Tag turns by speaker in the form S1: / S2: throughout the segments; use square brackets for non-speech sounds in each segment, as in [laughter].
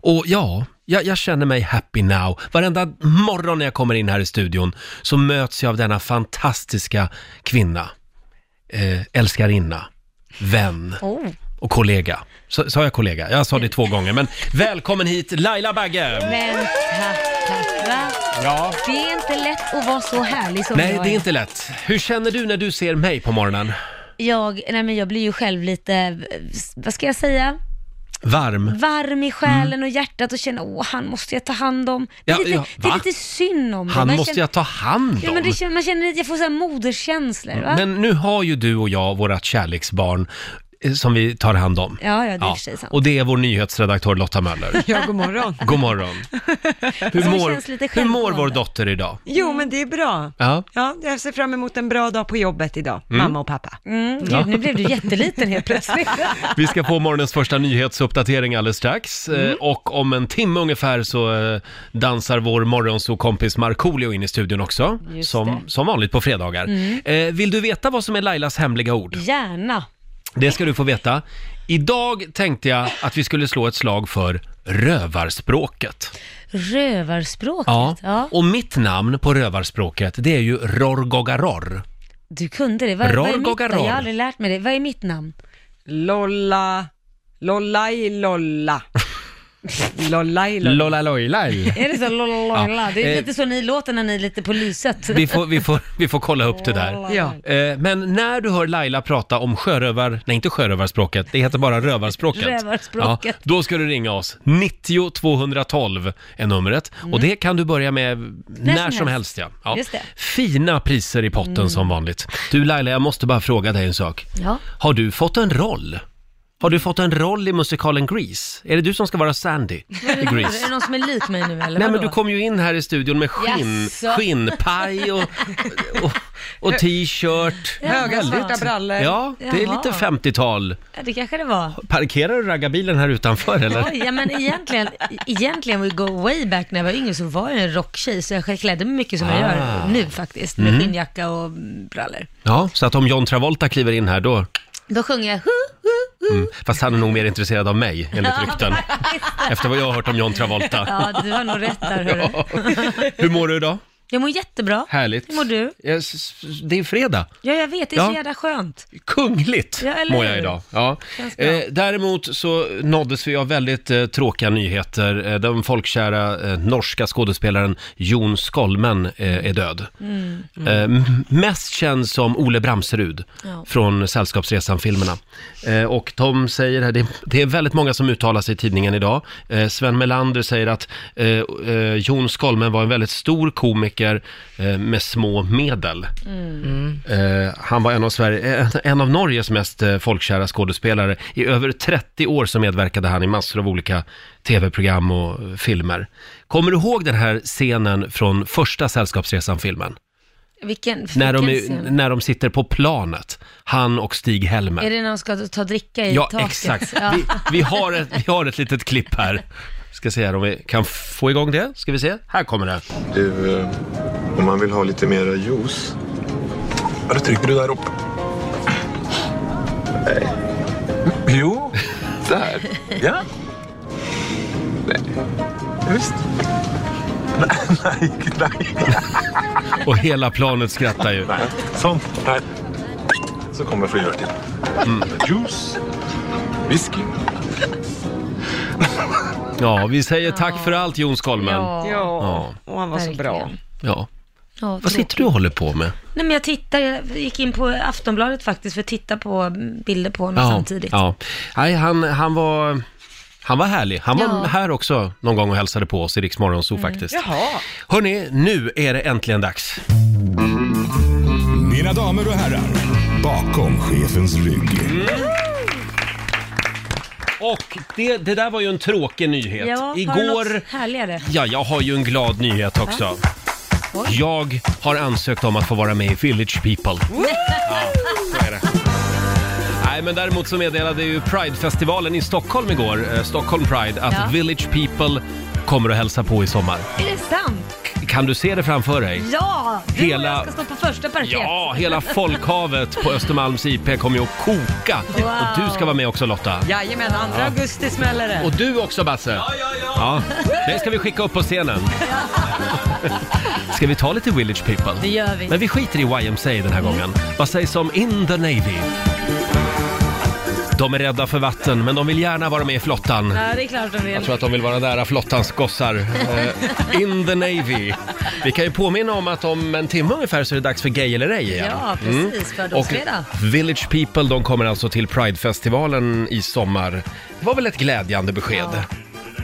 S1: Och ja, jag, jag känner mig happy now. Varenda morgon när jag kommer in här i studion så möts jag av denna fantastiska kvinna, eh, älskarinna, vän
S2: Oh.
S1: och kollega. Så- Sa jag kollega? Jag sa det två gånger, men välkommen hit Laila Bagge!
S2: Men tack, tack va?
S1: Ja.
S2: Det är inte lätt att vara så härlig som
S1: Nej,
S2: jag
S1: det är inte lätt. Hur känner du när du ser mig på morgonen?
S2: Jag, nej men jag blir ju själv lite, eh, vad ska jag säga,
S1: Varm?
S2: varm i själen och hjärtat och känner, åh han måste jag ta hand om. Det är,
S1: Ja,
S2: lite,
S1: ja,
S2: det är
S1: va?
S2: lite synd om dem.
S1: Han måste
S2: känner,
S1: jag ta hand
S2: ja,
S1: om.
S2: men det, känner- Man känner att jag får så här moderskänslor va?
S1: Men nu har ju du och jag vårat kärleksbarn eh, som vi tar hand om.
S2: ja, ja det är i och för sig sant.
S1: Och det är vår nyhetsredaktör Lotta Möller.
S3: Ja, god morgon.
S2: [laughs]
S1: God morgon. Hur
S2: Som
S1: mår,
S2: känns lite
S1: hur mår
S2: självgående.
S1: vår dotter idag?
S3: [laughs] Jo, men det är bra.
S1: Ja.
S3: Ja, jag ser fram emot en bra dag på jobbet idag, mamma och pappa.
S2: Mm, gud, Nu blev du jätteliten helt plötsligt. [laughs]
S1: Vi ska få morgonens första nyhetsuppdatering alldeles strax. Eh,
S2: Mm.
S1: Och om en timme ungefär så eh, dansar vår morgonsokompis Markoolio in i studion också.
S2: Just
S1: Som,
S2: det. Mm.
S1: som vanligt på fredagar. Eh, Vill du veta vad som är Lailas hemliga ord?
S2: Gärna.
S1: Det ska du få veta. Idag tänkte jag att vi skulle slå ett slag för rövarspråket.
S2: Rövarspråket.
S1: Ja.
S2: Ja.
S1: Och mitt namn på rövarspråket, det är ju Rorgogaror.
S2: Du kunde det. Vad, vad är mitt,
S1: Rorgogaror.
S2: jag har aldrig lärt mig det. Vad är mitt namn?
S3: Lolla, lollaj [laughs] lolla. Lollaj lolla.
S1: Lolalojlaj.
S2: Är det så? Lalalala. Det
S1: eh,
S2: är lite så ni låter när ni är lite på
S1: [laughs]
S2: lyset.
S1: Vi får, vi, får, vi får kolla upp det där.
S3: Ja.
S1: Eh, Men när du hör Laila prata om sjörövar, nej inte sjörövarspråket, det heter bara rövarspråket.
S2: Rövarspråket.
S1: då ska du ringa oss. 90 212 är numret. Och det kan du börja med när, som,
S2: Mm. som
S1: helst.
S2: helst.
S1: ja. Ja.
S2: Just det. Mm.
S1: Fina priser i potten som vanligt. Du Laila, jag måste bara fråga dig en sak.
S2: Ja.
S1: Har du fått en roll? Har du fått en roll i musikalen Grease? Är det du som ska vara Sandy i
S2: [laughs] Är det
S1: Grease?
S2: någon som är lik mig nu
S1: Nej
S2: eller?
S1: men
S2: Vadå?
S1: du kom ju in här i studion med skinn,
S2: Jaså?
S1: skinnpaj och, och, och t-shirt.
S3: Höga svarta brallor.
S1: Ja, det är
S2: Jaha.
S1: lite 50-tal.
S2: Ja, det kanske det var.
S1: Parkerar du raggarbilen här utanför
S2: [laughs]
S1: eller?
S2: Oj, ja, men egentligen, egentligen, we go way back när jag var yngre så var jag en rocktjej så jag klädde mig mycket som jag
S1: Ah. Mhm.
S2: gör nu faktiskt med skinnjacka och mm, brallor.
S1: Ja, så att om John Travolta kliver in här då,
S2: Då sjunger jag hu, hu, hu.
S1: mm, fast han är nog mer intresserad av mig enligt rykten. Efter vad jag har hört om John Travolta.
S2: [laughs] Ja, du har nog rätt där hörru.
S1: [laughs] Hur mår du idag?
S2: Jag mår jättebra.
S1: Härligt.
S2: Hur mår du?
S1: Jag s- s- Det är fredag.
S2: Ja, jag vet. Det är så
S1: Ja.
S2: jävla skönt.
S1: Kungligt
S2: Ja, eller
S1: mår jag
S2: hur?
S1: idag. Ja.
S2: Känns bra.
S1: Eh, däremot så nåddes vi av väldigt eh, tråkiga nyheter. Eh, den folkkära eh, norska skådespelaren Jon Skolmen eh, är död.
S2: Mm.
S1: Eh, m- mest känd som Ole Bramserud
S2: Ja.
S1: från Sällskapsresan-filmerna. Eh, och de säger här, det, det är väldigt många som uttalar sig i tidningen idag. Eh, Sven Melander säger att eh, eh, Jon Skolmen var en väldigt stor komiker eh, med små medel. Eh, han var en av, Sverige, eh, en av Norges mest eh, folkkära skådespelare. I över 30 år så medverkade han i massor av olika tv-program och eh, filmer. Kommer du ihåg den här scenen från första Sällskapsresan-filmen?
S2: Vilken,
S1: När de,
S2: vilken
S1: är-
S2: scen?
S1: när de sitter på planet, han och Stig-Helmer.
S2: Är det när de ska ta dricka i
S1: Ja,
S2: taket?
S1: exakt.
S2: Ja.
S1: Vi, vi, har ett, vi har ett litet klipp här. Ska se här om vi kan få igång det. Ska vi se? Här kommer det.
S4: Du, eh, om man vill ha lite mera juice. Ja, då trycker du där uppe. Nej. Jo, där. Ja. Nej. Visst. Nej, nej.
S1: Och hela planet skrattar ju.
S4: nej. Sånt. Nej. Så kommer flera till. Mm. Juice. Whisky.
S1: Ja, vi säger tack för allt Jon Skolmen.
S2: Ja. ja.
S3: Ja, och han var så bra.
S2: Verkligen.
S1: Ja. Vad
S2: tråkigt.
S1: sitter du och håller på med?
S2: Nej, men jag tittar, jag gick in på Aftonbladet faktiskt för att titta på bilder på honom samtidigt.
S1: Ja. Nej, han, han var... Han var härlig. Han var
S2: Ja. Mm.
S1: här också någon gång och hälsade på oss i Rix Morgon Zoo faktiskt.
S3: Jaha.
S1: Hörni, nu är det äntligen dags.
S5: Mina damer och herrar, bakom chefens rygg.
S1: Och det, det där var ju en tråkig nyhet.
S2: Ja, har du
S1: Igår...
S2: något härligare?
S1: Ja, jag har ju en glad nyhet också.
S2: Oj.
S1: Jag har ansökt om att få vara med i Village People. Nej, men däremot så meddelade ju Pride-festivalen i Stockholm igår, eh, Stockholm Pride, att
S2: Ja.
S1: Village People kommer att hälsa på i sommar.
S2: Är det sant?
S1: K- Kan du se det framför dig?
S2: Ja! Du
S1: Hela-
S2: och jag ska stå på första parkett.
S1: Ja, hela folkhavet på Östermalms IP kommer ju att koka.
S2: Wow.
S1: Och du ska vara med också Lotta.
S3: Jajamän, 2 augusti smäller det.
S1: Och du också Basse. Ja, ja, ja. Det ska vi skicka upp på scenen. Ska vi ta lite Village People?
S2: Det gör vi.
S1: Men vi skiter i YMCA den här gången. Vad sägs om In the Navy? De är rädda för vatten, men de vill gärna vara med i flottan.
S2: Ja, det är klart de vill.
S1: Jag tror att de vill vara nära flottans gossar. Eh, In the Navy. Vi kan ju påminna om att om en timme ungefär så är det dags för Gay eller ej igen. Mm.
S2: Ja, precis.
S1: Och
S2: Fördomsfredag.
S1: Village People, de kommer alltså till Pridefestivalen i sommar. Det var väl ett glädjande besked?
S2: Ja.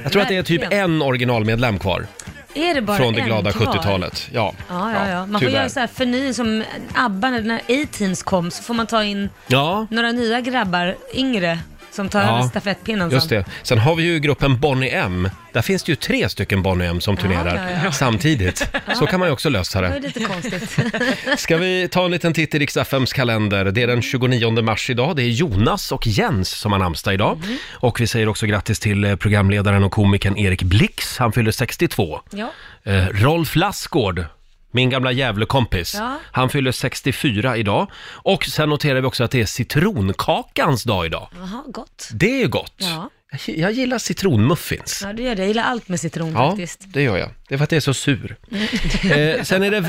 S1: Jag tror att det är typ
S2: Verkligen.
S1: en originalmedlem kvar
S2: Är det bara
S1: från det
S2: en
S1: glada
S2: kvar?
S1: 70-talet. Ja,
S2: Ja, ja, ja. Man får
S1: tyvärr.
S2: göra så här förnyelse som ABBA när- när A-Teens kom så får man ta in
S1: Ja,
S2: några nya grabbar, yngre, som tar
S1: Ja.
S2: över stafettpinnen sen.
S1: just det. Sen har vi ju gruppen Bonnie M. Där finns det ju tre stycken Bonnie M som turnerar
S2: ja, ja.
S1: samtidigt. Så kan man ju också lösa
S2: Det var ju
S1: det.
S2: lite
S1: [laughs]
S2: konstigt.
S1: Ska vi ta en liten titt i Rix FMs kalender? Det är den 29 mars idag. Det är Jonas och Jens som har namnsdag idag.
S2: Mhm.
S1: Och vi säger också grattis till eh, programledaren och komikern Erik Blix. Han fyller 62.
S2: Ja.
S1: Eh, Rolf Lassgård, min gamla Gävlekompis,
S2: Ja.
S1: han fyller 64 idag. Och sen noterar vi också att det är citronkakans dag idag.
S2: Jaha, gott.
S1: Det är ju gott.
S2: Ja.
S1: Jag, jag gillar citronmuffins.
S2: Ja, du gör det. Jag gillar allt med citron
S1: Ja,
S2: faktiskt. Mm.
S1: det gör jag. Det är för att jag är så sur. Eh, sen är det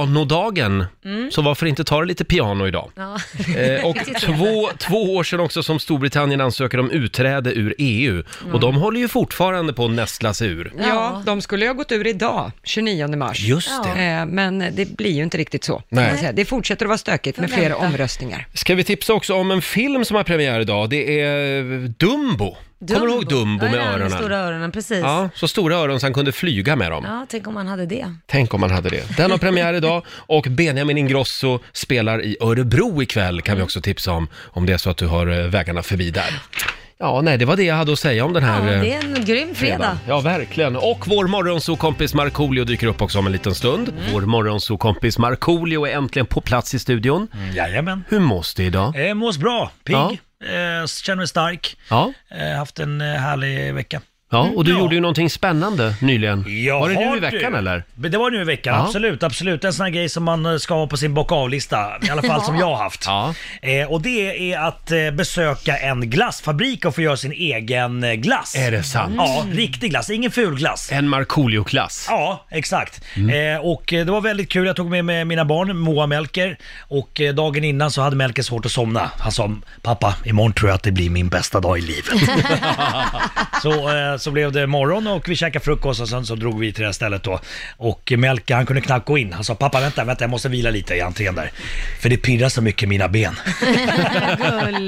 S1: världspianodagen, så varför inte ta det lite piano idag?
S2: Ja.
S1: Eh,
S2: [laughs]
S1: och två, två år sedan också som Storbritannien ansöker om utträde ur EU. Och
S2: Mm.
S1: de håller ju fortfarande på att nästla sig ur.
S2: Ja.
S3: Ja, de skulle ju ha gått ur idag, 29 mars.
S1: Just det.
S3: Eh, Men det blir ju inte riktigt så.
S1: Nej.
S3: kan man säga. Det fortsätter att vara stökigt med
S2: Jag
S3: fler
S2: väntar.
S3: omröstningar.
S1: Ska vi tipsa också om en film som har premiär idag? Det är eh, Dumbo. Kommer du ihåg Dumbo
S2: ja,
S1: med
S2: ja,
S1: öronen?
S2: Med stora öronen, precis. Ja.
S1: Ja, så stora öron så han kunde flyga med dem.
S2: tänk om man hade det.
S1: Tänk om man hade det. Den har premiär idag och Benjamin Ingrosso spelar i Örebro ikväll kan vi också tipsa om, om det är så att du har eh, vägarna förbi där. Ja, nej, det var det jag hade att säga om den
S2: Ja,
S1: här eh,
S2: det är en grym fredag.
S1: Ja, verkligen. Och vår morgonsokompis Markoolio dyker upp också om en liten stund. Vår morgonsokompis Markoolio är äntligen på plats i studion.
S6: Jajamän.
S1: Hur mås det idag?
S6: Eh, mås bra, pigg,
S1: Ja.
S6: eh, känner mig stark.
S1: Ja.
S6: Eh, haft en eh, härlig vecka.
S1: Ja, och du
S6: Ja.
S1: gjorde ju någonting spännande nyligen.
S6: Ja,
S1: var det nu
S6: har
S1: i veckan
S6: du?
S1: eller?
S6: Men Det var nu i veckan,
S1: Ja.
S6: absolut, absolut. En sån här grej som man eh, ska ha på sin bocka av-lista, i alla fall som jag har
S1: [laughs]
S6: haft.
S1: Ja.
S6: Eh, och det är att eh, besöka en glassfabrik och få göra sin egen eh, glass.
S1: Är det sant?
S6: Ja, riktig glass, ingen ful glass.
S1: En Markoolio-klass.
S6: Mm. Ja, exakt. Eh, och eh, det var väldigt kul. Jag tog med mig mina barn, Moa och Melker. Och eh, dagen innan så hade Melker svårt att somna. Han sa, pappa, imorgon tror jag att det blir min bästa dag i livet. så, eh, så blev det morgon och vi käkade frukost och sen så drog vi till det här stället då. Och eh, Melker, han kunde knappt gå in. Han sa, pappa vänta, vänta, jag måste vila lite i entrén där. För det pirrar så mycket i mina ben. [laughs]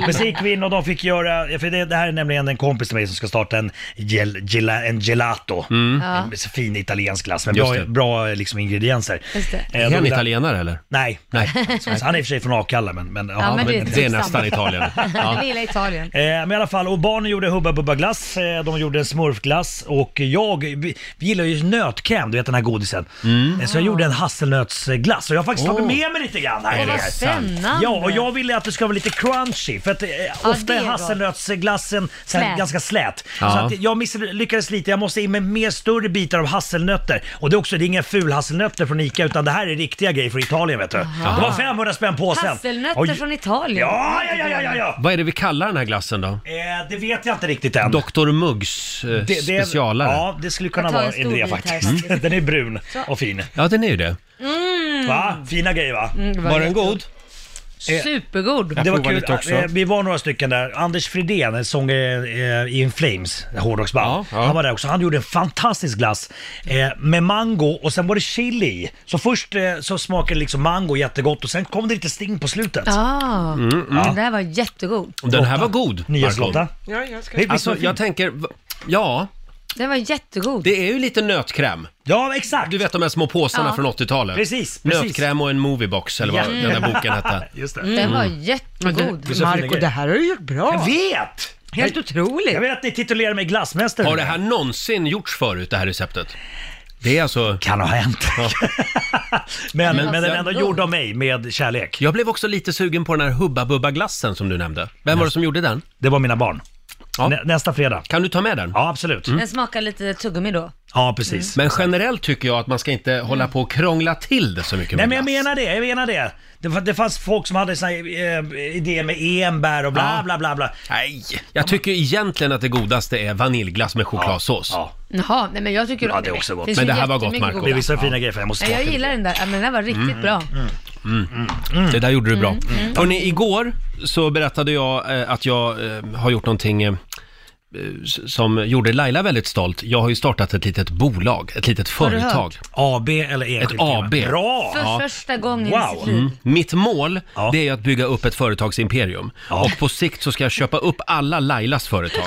S6: Men sen gick vi in och de fick göra, för det, det här är nämligen en kompis till mig som ska starta en, gel, gela, en gelato.
S2: Ja.
S6: En fin italiensk glass med
S1: Mm. Just
S6: bra,
S1: det.
S6: bra liksom, ingredienser.
S2: Just det.
S6: Eh,
S1: Är
S6: då
S1: han
S6: vill jag-
S1: italienare eller?
S6: Nej.
S1: Nej.
S6: Han är i och för sig från Akalla men... men, ja,
S2: men
S6: han-
S2: det är
S1: Det är nästan
S2: [laughs]
S1: Italien.
S2: Jag
S1: Ja.
S2: gillar Italien.
S6: Eh, Men i alla fall, och barnen gjorde Hubba Bubba glass, eh, de gjorde en smurfglass och jag, vi vi gillar ju nötkräm, du vet den här godisen.
S1: Mm.
S6: Eh, Så jag gjorde en hasselnötsglass och jag har faktiskt tagit med mig lite grann här.
S2: Åh, vad
S6: Eh,
S2: spännande.
S6: Ja, och jag ville att det ska vara lite crunchy för att eh, ofta
S2: det är
S6: är
S2: gott.
S6: hasselnötsglassen så här
S2: Slät.
S6: ganska slät.
S1: Ja.
S6: Så att jag misslyckades lite, jag måste in med mer större bitar av hasselnötter. Och det är också, det är inga fulhasselnötter från ICA utan det här är riktiga grejer från Italien vet du. Det var 500 spänn påsen.
S2: Hasselnötter
S6: Oj.
S2: från Italien.
S6: Ja, ja, ja, ja, ja, ja.
S1: Vad är det vi kallar den här glassen då?
S6: Eh, det vet jag inte riktigt än.
S1: Dr. Muggs eh,
S6: det, det,
S1: specialare? Ja.
S6: Ja, det skulle kunna
S2: Jag tar en
S6: vara
S2: stor
S6: en det
S2: bit här
S6: faktiskt. [laughs]
S2: faktiskt.
S6: Den är brun och fin.
S1: den är ju det.
S6: Va? Fina grejer va?
S2: Var den
S1: god?
S2: Mm. Supergod.
S6: Det var
S1: provar
S6: kul.
S1: lite också.
S6: Eh, Vi var några stycken där. Anders Fridén, en sångare eh, i In Flames, hårdrocksband.
S1: Ja, ja.
S6: Han var där också. Han gjorde en fantastisk glass eh, med mango och sen var det chili i. Så först eh, så smakade det liksom mango jättegott och sen kom det lite sting på slutet.
S2: Ah,
S6: Mm,
S2: Den där var jättegod.
S1: Den här var god.
S6: Nyhetslotta.
S1: Marco.
S3: Ja, jag ska...
S1: Alltså jag tänker, v- ja,
S2: Den var jättegod.
S1: det är ju lite nötkräm.
S6: Ja, exakt.
S1: Du vet de här små påsarna
S2: Ja.
S1: från 80-talet?
S6: Precis, precis.
S1: Nötkräm och en moviebox eller vad den där boken hette.
S6: Just det.
S2: Den var
S6: Mm.
S2: jättegod.
S6: så fina
S3: Marco,
S6: grejer.
S3: det här har du gjort bra.
S6: Jag vet!
S3: Helt
S6: Jag
S3: otroligt.
S6: vet att ni titulerar mig glassmästare.
S1: Har det här någonsin gjorts förut, det här receptet? Det är alltså...
S6: kan ha hänt. [laughs] men, men, den är ändå
S2: Ja.
S6: gjord av mig med kärlek.
S1: Jag blev också lite sugen på den här Hubba Bubba glassen som du nämnde. Vem var det som gjorde den?
S6: Det var mina barn.
S1: Ja. Mm.
S6: Nä, nästa fredag.
S1: Kan du ta med den?
S6: Ja, absolut.
S2: Den smakar lite tuggummi då.
S6: Ja, precis.
S1: Men generellt tycker jag att man ska inte hålla på och krångla till det så mycket
S6: Nej
S1: med
S6: men jag
S1: glass.
S6: menar det, jag menar det. Det, fa- det fanns folk som hade såna här, eh, idéer med enbär och bla
S1: Ja.
S6: bla bla bla.
S1: Nej, jag tycker egentligen att det godaste är vaniljglass med chokladsås.
S6: Ja,
S2: Jaha, nej men jag tycker...
S6: Ja, det är också gott.
S1: Men det här var gott, Marco.
S6: det är
S2: Marko.
S6: vissa fina grejer för jag Mm. måste
S2: Nej,
S6: smaka
S2: jag
S6: lite.
S2: gillar den där. Ja, men den där var riktigt bra.
S1: Det där gjorde du bra.
S6: Mm,
S1: Hörrni, igår så berättade jag eh, att jag eh, har gjort någonting eh, s- som gjorde Laila väldigt stolt. Jag har ju startat ett litet bolag, ett litet
S2: du hört?
S1: företag.
S6: AB eller enskilt?
S1: Ett AB.
S6: firma. Bra!
S2: För första gången
S6: Wow. Mm.
S2: i sitt liv.
S1: Mitt mål,
S6: Ja.
S1: det är att bygga upp ett företagsimperium. Och på sikt så ska jag köpa upp alla Lailas
S6: [laughs]
S1: företag.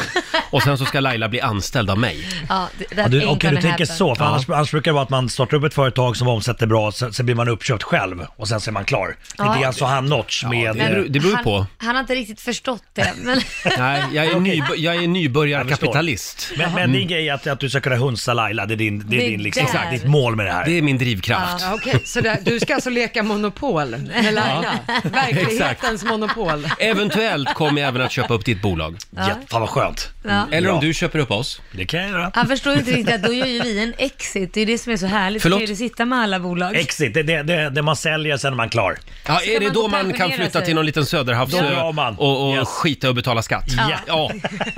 S1: Och sen så ska Laila bli anställd av mig.
S2: Ja, det, that
S6: Ja, du,
S2: ain't
S6: Okej, du
S2: gonna
S6: tänker
S2: happen.
S6: så. För annars, annars brukar det vara att man startar upp ett företag som omsätter bra, sen, sen blir man uppköpt själv och sen så är man klar. Lite grann så han Notch med...
S1: det beror-
S6: eh,
S1: det beror ju
S2: han,
S1: på.
S2: Han har inte riktigt förstått det. Men [laughs]
S1: Nej, jag är, ny, jag är
S6: förstår.
S1: nybörjarkapitalist.
S6: Men, men din grej är att, att du ska kunna hunsa Laila, det är, din, det är
S2: Det är
S6: din, liksom,
S2: där.
S6: ditt mål med det här.
S1: Det är min drivkraft.
S7: Ja, Okej, så där, du ska alltså leka monopol med Laila?
S8: [laughs]
S7: Verklighetens monopol.
S1: Eventuellt kommer jag även att köpa upp ditt bolag.
S6: Jätte- Fan vad skönt.
S1: Eller om
S6: Bra.
S1: du köper upp oss.
S6: Det kan jag göra.
S2: han förstår ju inte riktigt att då gör ju vi en exit. Det är ju det som är så härligt.
S1: Förlåt?
S2: Förlåt? kan ju sitta med alla bolag.
S6: Exit, det, det, det, det man säljer sen är man klar.
S1: Ja,
S2: Ska
S1: är det
S2: man
S1: då
S2: gå
S1: man kan
S2: pensionera
S1: flytta
S2: sig?
S1: till någon liten söderhavsö
S6: Då drar man.
S1: och, och
S6: Yes.
S1: skita och betala skatt?
S6: Ja.
S1: ja,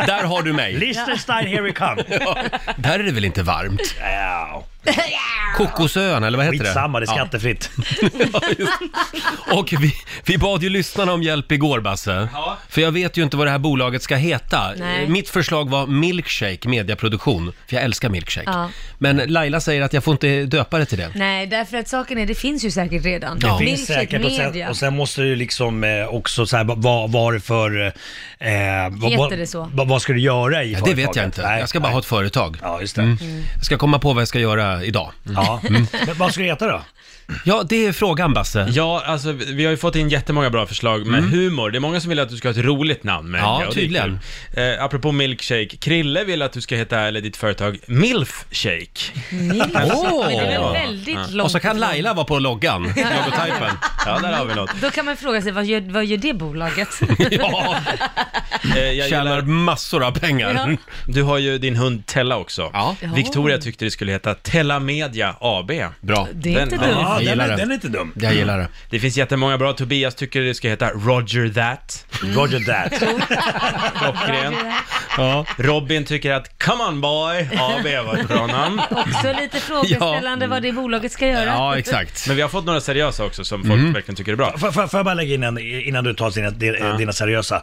S1: där har du mig.
S6: Liechtenstein, here we come.
S2: [laughs]
S1: Ja, där är det väl inte varmt?
S6: Wow.
S1: Kokosön, eller vad heter
S6: Skitsamma, det
S1: det?
S6: är skattefritt.
S1: Ja. Och vi, vi bad ju lyssnarna om hjälp igår, Basse. För jag vet ju inte vad det här bolaget ska heta.
S2: Nej.
S1: Eh, Mitt förslag var Milkshake Mediaproduktion, för jag älskar milkshake.
S2: Ja.
S1: Men Laila säger att jag får inte döpa det till det.
S2: Nej, därför att saken är, det finns ju säkert redan.
S1: Det
S6: Det finns
S2: Milkshake
S6: säkert och sen,
S2: Media.
S6: och sen måste du liksom eh, också så här, vad vad var det för... Eh, vad,
S2: Heter
S6: vad-
S2: det så?
S6: Vad, vad ska du göra i
S1: Ja, det
S6: företaget?
S1: vet jag inte.
S6: Nej,
S1: Jag ska bara
S6: nej.
S1: ha ett Mm. företag.
S6: Ja, just det.
S1: Jag ska komma på vad jag ska göra idag.
S6: Ja.
S1: Mm.
S6: Men vad ska du heta då?
S1: Ja, det är frågan, Basse.
S8: Ja, alltså vi vi har ju fått in jättemånga bra förslag med humor. Det är många som vill att du ska ha ett roligt namn med.
S1: Ja,
S8: och det är
S1: tydligen.
S8: kul. Eh, apropå milkshake, Krille vill att du ska heta, eller ditt företag, [laughs] Milfshake.
S2: Milkshake.
S1: Åh!
S2: Men det är väl väldigt långt
S1: Och så kan
S2: ifrån.
S1: Laila vara på loggan, [laughs] logotypen.
S8: Ja, där har vi något.
S2: Då kan man fråga sig, vad gör, vad gör
S1: [laughs]
S2: det bolaget?
S1: Ja,
S8: Eh, jag
S1: tjänar
S8: gillar,
S1: massor av pengar.
S2: Ja.
S8: du har ju din hund Tella också.
S1: Ja.
S8: Victoria tyckte det skulle heta Tella Media AB.
S1: Bra.
S2: Det är inte
S8: Den-
S2: dumt.
S8: Ja.
S1: jag
S6: Ja, den,
S1: gillar
S6: är-
S1: det.
S6: den är inte dum.
S1: Jag gillar det.
S8: Det finns jättemånga bra. Tobias tycker det ska heta Roger That.
S6: Roger that.
S8: Klockren.
S1: Ja.
S8: Robin tycker att Come On Boy AB var ett bra namn.
S2: Också lite frågeställande vad det bolaget ska göra.
S1: ja, exakt.
S8: Men vi har fått några seriösa också som folk verkligen tycker är bra.
S6: Får får- får jag bara lägga in en innan du tar dina, de- dina seriösa?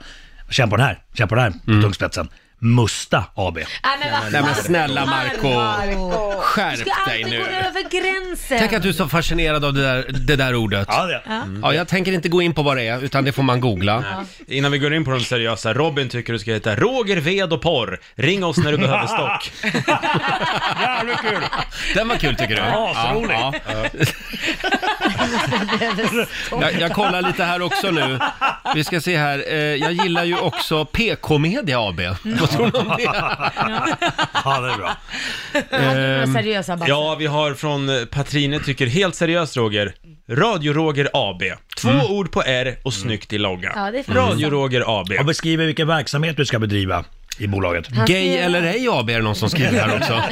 S6: Känn på den här, känn på den här,
S1: Mm.
S6: tungspetsen. Musta AB.
S2: Nej men, vad
S1: Nej men
S2: fan.
S1: snälla Marco
S2: Du ska
S1: skärp dig
S2: alltid gå
S1: nu.
S2: över gränsen.
S1: Tänk att du är så fascinerad av det där, det där ordet.
S6: Ja, det.
S1: Mm. Ja, jag tänker inte gå in på vad det är, utan det får man googla.
S8: Innan vi går in på de seriösa, Robin tycker du ska heta Roger Ved och Porr. Ring oss när du
S1: [laughs]
S8: behöver stock.
S6: Jävligt kul!
S1: Den var kul tycker du?
S6: Ja, asrolig.
S1: Jag, jag kollar lite här också nu. Vi ska se här. Eh, Jag gillar ju också PK Media AB. [laughs] Vad tror du om det?
S6: [laughs] Ja, det är bra.
S2: Hade
S1: Ehm,
S2: du några seriösa bara?
S8: Ja, vi har från eh, Patrine tycker helt seriöst Roger, Radio Roger AB. Två
S1: Mm.
S8: ord på R och snyggt i logga.
S2: Ja, det är faktiskt
S8: Radio Roger AB.
S6: Och beskriver vilken verksamhet du ska bedriva i bolaget.
S1: Gay eller ej AB är det någon som skriver här också.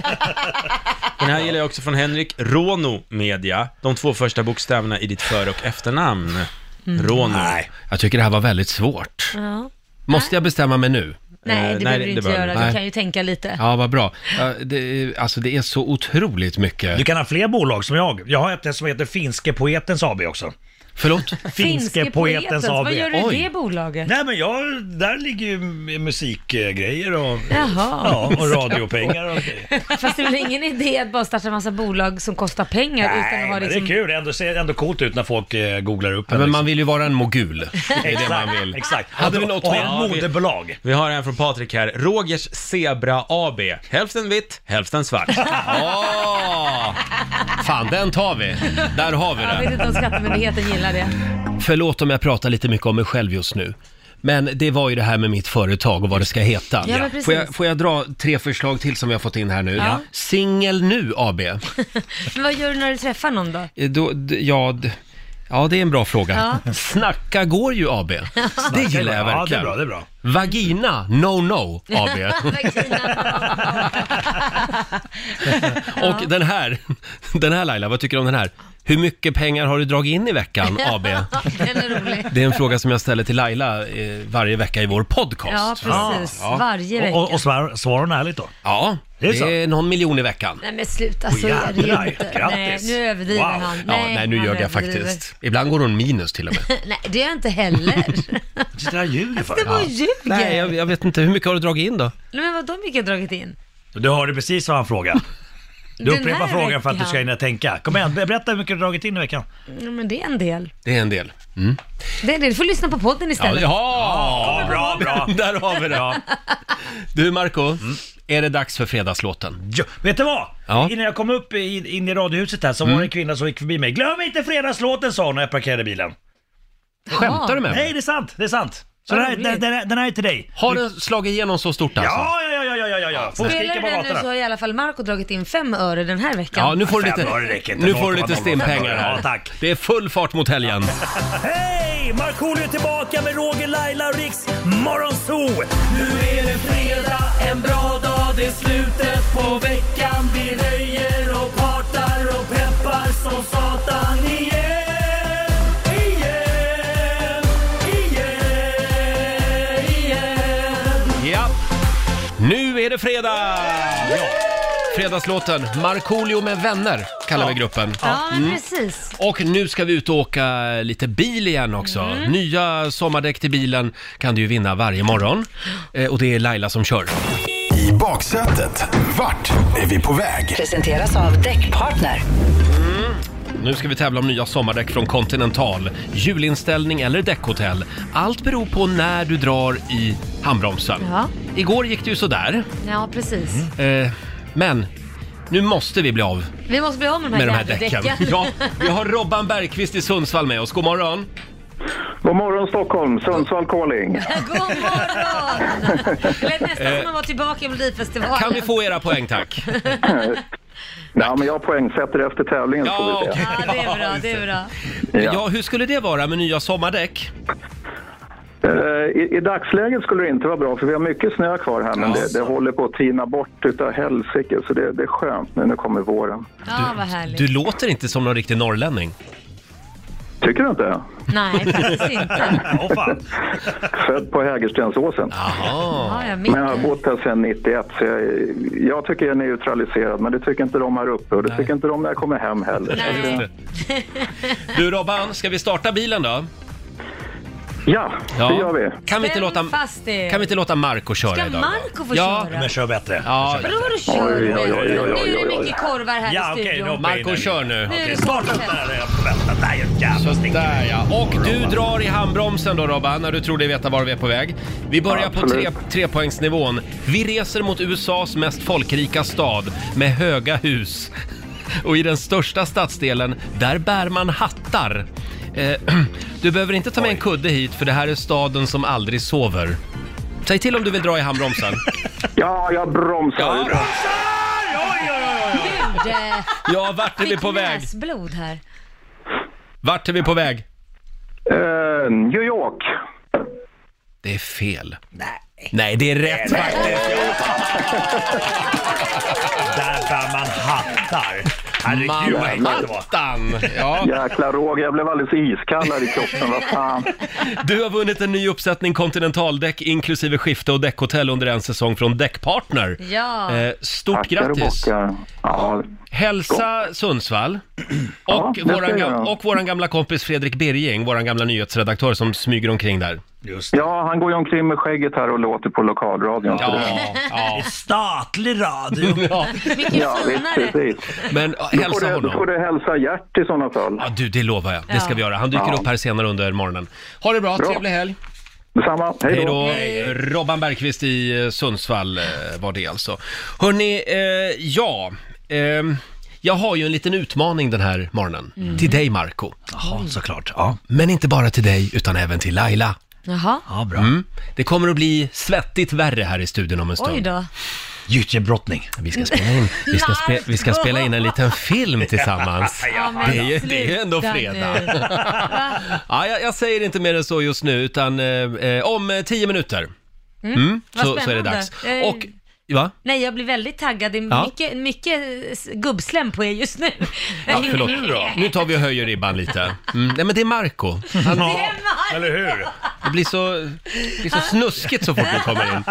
S8: Den här gillar jag också från Henrik, Rono Media. De två första bokstäverna i ditt för och efternamn.
S1: Mm.
S8: Rono.
S6: Nej.
S1: Jag tycker det här var väldigt svårt.
S2: Ja.
S1: Måste jag bestämma mig nu?
S2: Nej,
S8: Eh,
S2: det
S8: nej,
S2: behöver du
S8: det
S2: inte
S8: behöver
S2: göra.
S1: du.
S2: Du
S1: Nej.
S2: kan ju tänka lite.
S1: Ja, vad bra. Ja, Det, är- alltså det är så otroligt mycket.
S6: Du kan ha fler bolag som jag. Jag har ett som heter Finske Poetens AB också.
S1: Förlåt?
S6: Finske Poetens AB.
S2: Vad gör du
S1: Oj.
S2: i det bolaget?
S6: Nej men jag, där ligger ju musikgrejer och,
S2: Jaha.
S6: ja, och radiopengar och
S2: [laughs]
S6: grejer.
S2: [laughs] Fast det är väl ingen idé att bara starta en massa bolag som kostar pengar utan
S6: Nej,
S2: att ha
S6: men det är
S2: liksom...
S6: kul. Det ser ändå coolt ut när folk eh, googlar upp
S1: Ja,
S6: en,
S1: men
S6: liksom.
S1: man vill ju vara en mogul. Det är det man
S6: Exakt,
S1: vill.
S6: exakt.
S1: Hade
S6: Hade
S1: vi
S6: vi
S1: något
S6: och ha
S1: mer?
S6: ett moderbolag.
S8: Vi har en från Patrik här, Rogers Zebra AB. Hälften vitt,
S1: [laughs]
S8: hälften svart.
S1: Åh! Fan, den tar vi. Där har vi
S2: Jag vet
S1: det.
S2: inte om skattemyndigheten gillar det.
S1: Förlåt om jag pratar lite mycket om mig själv just nu. Men det var ju det här med mitt företag och vad det ska heta.
S2: Ja, men precis.
S1: får, jag, får jag dra tre förslag till som vi har fått in här nu?
S2: Ja.
S1: Singel nu AB.
S2: [laughs] Men vad gör du när du träffar någon då?
S1: Eh, Då, d- ja, d- Ja, det är en bra fråga.
S2: Ja.
S1: Snacka går ju
S6: [laughs]
S1: AB. Det gillar jag
S6: Ja, det är
S1: verkligen.
S6: bra, det är bra.
S1: Vagina, no no
S6: [laughs]
S1: AB. Och den här, [laughs] den här Laila, vad tycker du om den här? Hur mycket pengar har du dragit in i
S6: [laughs]
S1: veckan AB?
S2: Den är rolig.
S1: Det är en fråga som jag ställer till Laila eh, varje vecka i vår podcast.
S2: Ja, precis.
S1: Ja.
S2: Varje vecka.
S6: Och, och, och svar, svara hon ärligt då.
S1: Ja,
S6: Det är
S1: det
S6: så.
S1: är någon miljon i veckan.
S2: Nej men sluta, så är det
S6: jävlar,
S2: ju inte. Nej,
S6: grattis.
S2: nu överdriver
S6: Wow.
S2: han.
S1: Ja, nej, nu
S2: han
S1: gör jag
S2: överdriver.
S1: faktiskt. Ibland går hon minus till och med.
S2: [laughs] Nej, det gör jag inte heller.
S6: Sitter där och ljuger för?
S2: Det var
S6: Ja.
S2: ljuger.
S1: Nej,
S2: Nej,
S1: jag, jag vet inte. Hur mycket har du dragit in då?
S2: men vadå mycket har jag dragit in?
S6: Du hörde precis vad han frågade. Du
S2: Den här
S6: upprepar frågan för att du
S2: veckan.
S6: ska hinna tänka. Kom igen, be- berätta hur mycket du har dragit in i veckan.
S2: Nej, men det är en del.
S1: Det är en del. Mm.
S2: Det är en del. Du får lyssna på podden
S1: Ja,
S2: istället.
S1: ja.
S6: Ja, bra, bra.
S1: [laughs] Där har vi det.
S6: Ja.
S1: Du Marco, är det dags för fredagslåten?
S6: Ja, vet du vad?
S1: Ja. Mm.
S6: Innan jag kom upp i, in i radiohuset här så var det en kvinna som gick förbi mig. Glöm inte fredagslåten sa hon när jag parkerade bilen.
S1: Skämtar du med
S6: Nej,
S1: mig?
S6: det är sant, det är sant. Så
S2: Vad
S6: den här,
S2: roligt.
S6: den, den, här- den här är till dig.
S1: Har den slagit igenom så stort alltså?
S6: Ja, ja, ja, ja, ja, ja, ja. Får
S2: Spelar
S6: skrika
S2: du
S6: på
S2: den nu så
S6: gatorna.
S2: har i alla fall Marco dragit in fem öre den här veckan.
S1: Ja, nu får du
S6: Fem öre
S1: lite,
S6: räcker inte.
S1: nu får du lite
S6: 0,05
S1: stimpengar här.
S6: Ja, tack.
S1: Det är full fart mot helgen.
S6: Hej! Markoolio är tillbaka med Roger, Laila och Riks Morgonzoo! Nu är det fredag, en bra dag, det är slutet på veckan. Vi röjer och partar och peppar som satan igen. Igen, igen, igen.
S1: Ja, nu är det fredag! Ja. Fredagslåten, Markoolio med vänner kallar vi gruppen.
S2: Ja, men precis.
S1: Och nu ska vi ut och åka lite bil igen också.
S6: Mm.
S1: Nya sommardäck till bilen kan du ju vinna varje morgon. Eh, och det är Laila som kör.
S5: I baksätet. Vart är vi på väg?
S9: Presenteras av Däckpartner.
S1: Nu ska vi tävla om nya sommardäck från Continental. Julinställning eller däckhotell. Allt beror på när du drar i handbromsen.
S2: Ja.
S1: Igår gick det ju sådär,
S2: Ja, precis.
S1: eh, men nu måste vi bli av
S2: Vi måste bli av med de här,
S1: med de här
S2: jävla
S1: däcken. Ja, vi har Robban Bergqvist i Sundsvall med oss. God morgon!
S10: God morgon Stockholm, Sundsvall calling.
S2: [laughs] God morgon! Det lät nästan som att vara tillbaka i Melodifestivalen.
S1: Kan vi få era poäng tack?
S10: Nej, men jag poängsätter efter tävlingen så får vi se.
S2: Ja, det är bra, det är bra.
S1: Ja, hur skulle det vara med nya sommardäck?
S10: Eh, I, I dagsläget skulle det inte vara bra för vi har mycket snö kvar här men det, det håller på att tina bort utav helsike så det, det är skönt nu när kommer våren.
S2: Ja, vad härligt.
S1: Du låter inte som någon riktig norrlänning.
S10: Tycker
S2: [laughs]
S10: du inte?
S2: Nej,
S1: [laughs]
S2: faktiskt inte.
S6: Åh fan.
S10: Född på Hägerstensåsen.
S1: Jaha.
S2: Ja, jag
S10: Men jag har
S2: mitt.
S10: bott här sedan 91 så jag, jag tycker jag är neutraliserad men det tycker inte de här uppe och det tycker inte de när jag kommer hem heller. Så
S2: Nej.
S10: det-
S1: Du Robban, ska vi starta bilen då?
S10: Ja, det gör vi.
S1: Kan vi inte
S2: Spänn
S1: låta,
S2: fast det.
S1: kan vi inte låta Marco köra
S2: Ska
S1: idag?
S2: Marco få
S1: ja,
S2: köra?
S6: Men kör bättre.
S1: Ja,
S2: Vadå vadå kör du?
S10: Oj, oj, oj, oj, oj,
S2: Nu är det
S10: oj.
S2: mycket korvar här
S6: Ja,
S2: i
S6: okej,
S2: studion.
S6: Robin.
S1: Marco kör nu.
S2: Nu är det
S6: Starta upp
S2: korvar.
S6: där, jag får vänta. Där, jävlar.
S1: Sådär ja. Och du drar i handbromsen då Robban, när du tror dig veta var vi är på väg. Vi börjar på tre,
S10: Absolut.
S1: trepoängsnivån. Vi reser mot USAs mest folkrika stad med höga hus. Och i den största stadsdelen, där bär man hattar. Eh, [clears throat] du behöver inte ta med en kudde hit för det här är staden som aldrig sover. Säg till om du vill dra i [laughs] handbromsen.
S10: Ja, jag bromsar.
S1: Ja.
S6: Oj, oj, oj, oj.
S2: Gud,
S1: [laughs]
S2: eh,
S1: Ja, vart är vi
S2: fick
S1: på väg?
S2: näsblod här.
S1: Vart är vi på väg?
S10: Eh, New York.
S1: Det är fel. Nej. Nej, det är rätt faktiskt.
S6: Där bär man hattar. Herregud vad äckligt det var.
S1: Manhattan! Ja.
S10: Jäkla Roger, jag blev alldeles iskall här i kroppen. Vad fan.
S1: Du har vunnit en ny uppsättning kontinentaldäck inklusive skifte och däckhotell under en säsong från Däckpartner.
S2: Ja.
S1: Eh, stort
S10: Tackar och
S1: grattis!
S10: bockar. Ja,
S1: Hälsa Sundsvall
S10: Ja,
S1: och,
S10: det ska
S1: våran
S10: jag
S1: gam-
S10: göra.
S1: och våran gamla kompis Fredrik Birging, våran gamla nyhetsredaktör som smyger omkring där.
S6: Just det.
S10: ja, han går ju omkring med skägget här och låter på lokalradion. så det-
S1: Ja, ja.
S6: Statlig radio. [laughs]
S1: ja.
S2: Mycket
S10: ja visst,
S2: finare.
S10: precis.
S1: Men ja,
S10: Då får,
S1: hälsa
S10: du, då får
S1: honom.
S10: du hälsa Gert i sådana fall.
S1: Ja, du, det lovar jag. Det ska vi göra. Han dyker
S10: Ja.
S1: upp här senare under morgonen. Ha det bra,
S10: Bra.
S1: trevlig helg!
S10: Detsamma. Hej
S1: Hej
S10: då.
S1: då! Robban Bergqvist i eh, Sundsvall eh, var det alltså. Hörni, eh, ja. ehm, jag har ju en liten utmaning den här morgonen. Till dig Marco.
S6: Jaha, såklart. Ja,
S1: Men inte bara till dig, utan även till Laila.
S2: Jaha,
S6: ja bra.
S1: Mm. Det kommer att bli svettigt värre här i studion om en stund.
S2: oj då.
S6: Gyttjebrottning.
S1: Vi ska spela in, vi ska spe, vi ska spela in en liten film [laughs] tillsammans.
S2: Ja, men
S1: Det är ju, det är ju ändå
S2: sluta
S1: fredag.
S2: nu.
S1: Ja, jag, jag säger inte mer än så just nu, utan eh, eh, om eh, tio minuter mm,
S2: vad
S1: så, så är det
S2: spännande.
S1: dags.
S2: Eh,
S1: Och, va?
S2: Nej, jag blir väldigt taggad. Det är
S1: Ja.
S2: mycket, mycket s- gubbslem på er just nu.
S1: Ja, förlåt. Nu tar vi och höjer ribban lite. Mm, nej, men det är Marco Han,
S6: Eller hur?
S1: det, blir så, det blir så snuskigt så fort du kommer in.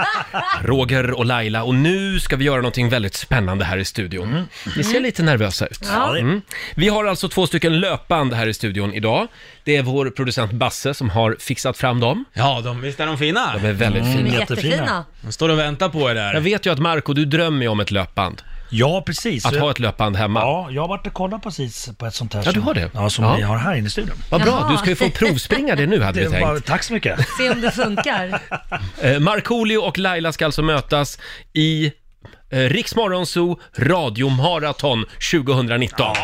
S1: Roger och Laila, och nu ska vi göra någonting väldigt spännande här i studion. Ni ser lite nervösa ut.
S6: Ja.
S1: Mm. Vi har alltså två stycken löpband här i studion idag. Det är vår producent Basse som har fixat fram dem.
S8: Ja, de, visst är de fina?
S1: De är väldigt
S2: De
S1: fina.
S2: är
S6: Jättefina.
S2: jättefina.
S8: De står och väntar på
S1: Jag
S8: er där.
S1: vet ju att Marco, du drömmer ju om ett löpband.
S6: Ja, precis.
S1: Att ha ett löpband hemma.
S6: Ja, jag har varit och kollat precis på ett sånt här.
S1: Ja, du
S6: som-
S1: har det.
S6: Ja, som
S1: Ja.
S6: vi har här inne i studion.
S1: Vad bra,
S2: Jaha.
S1: du ska ju
S2: [laughs]
S1: få provspringa det nu hade
S6: Det
S1: vi
S6: är bara,
S1: tänkt.
S6: tack
S1: [laughs]
S6: så mycket.
S2: Se om det funkar.
S1: Eh, Markoolio och Laila ska alltså mötas i eh, Riksmorgonzoo radiomaraton 2019.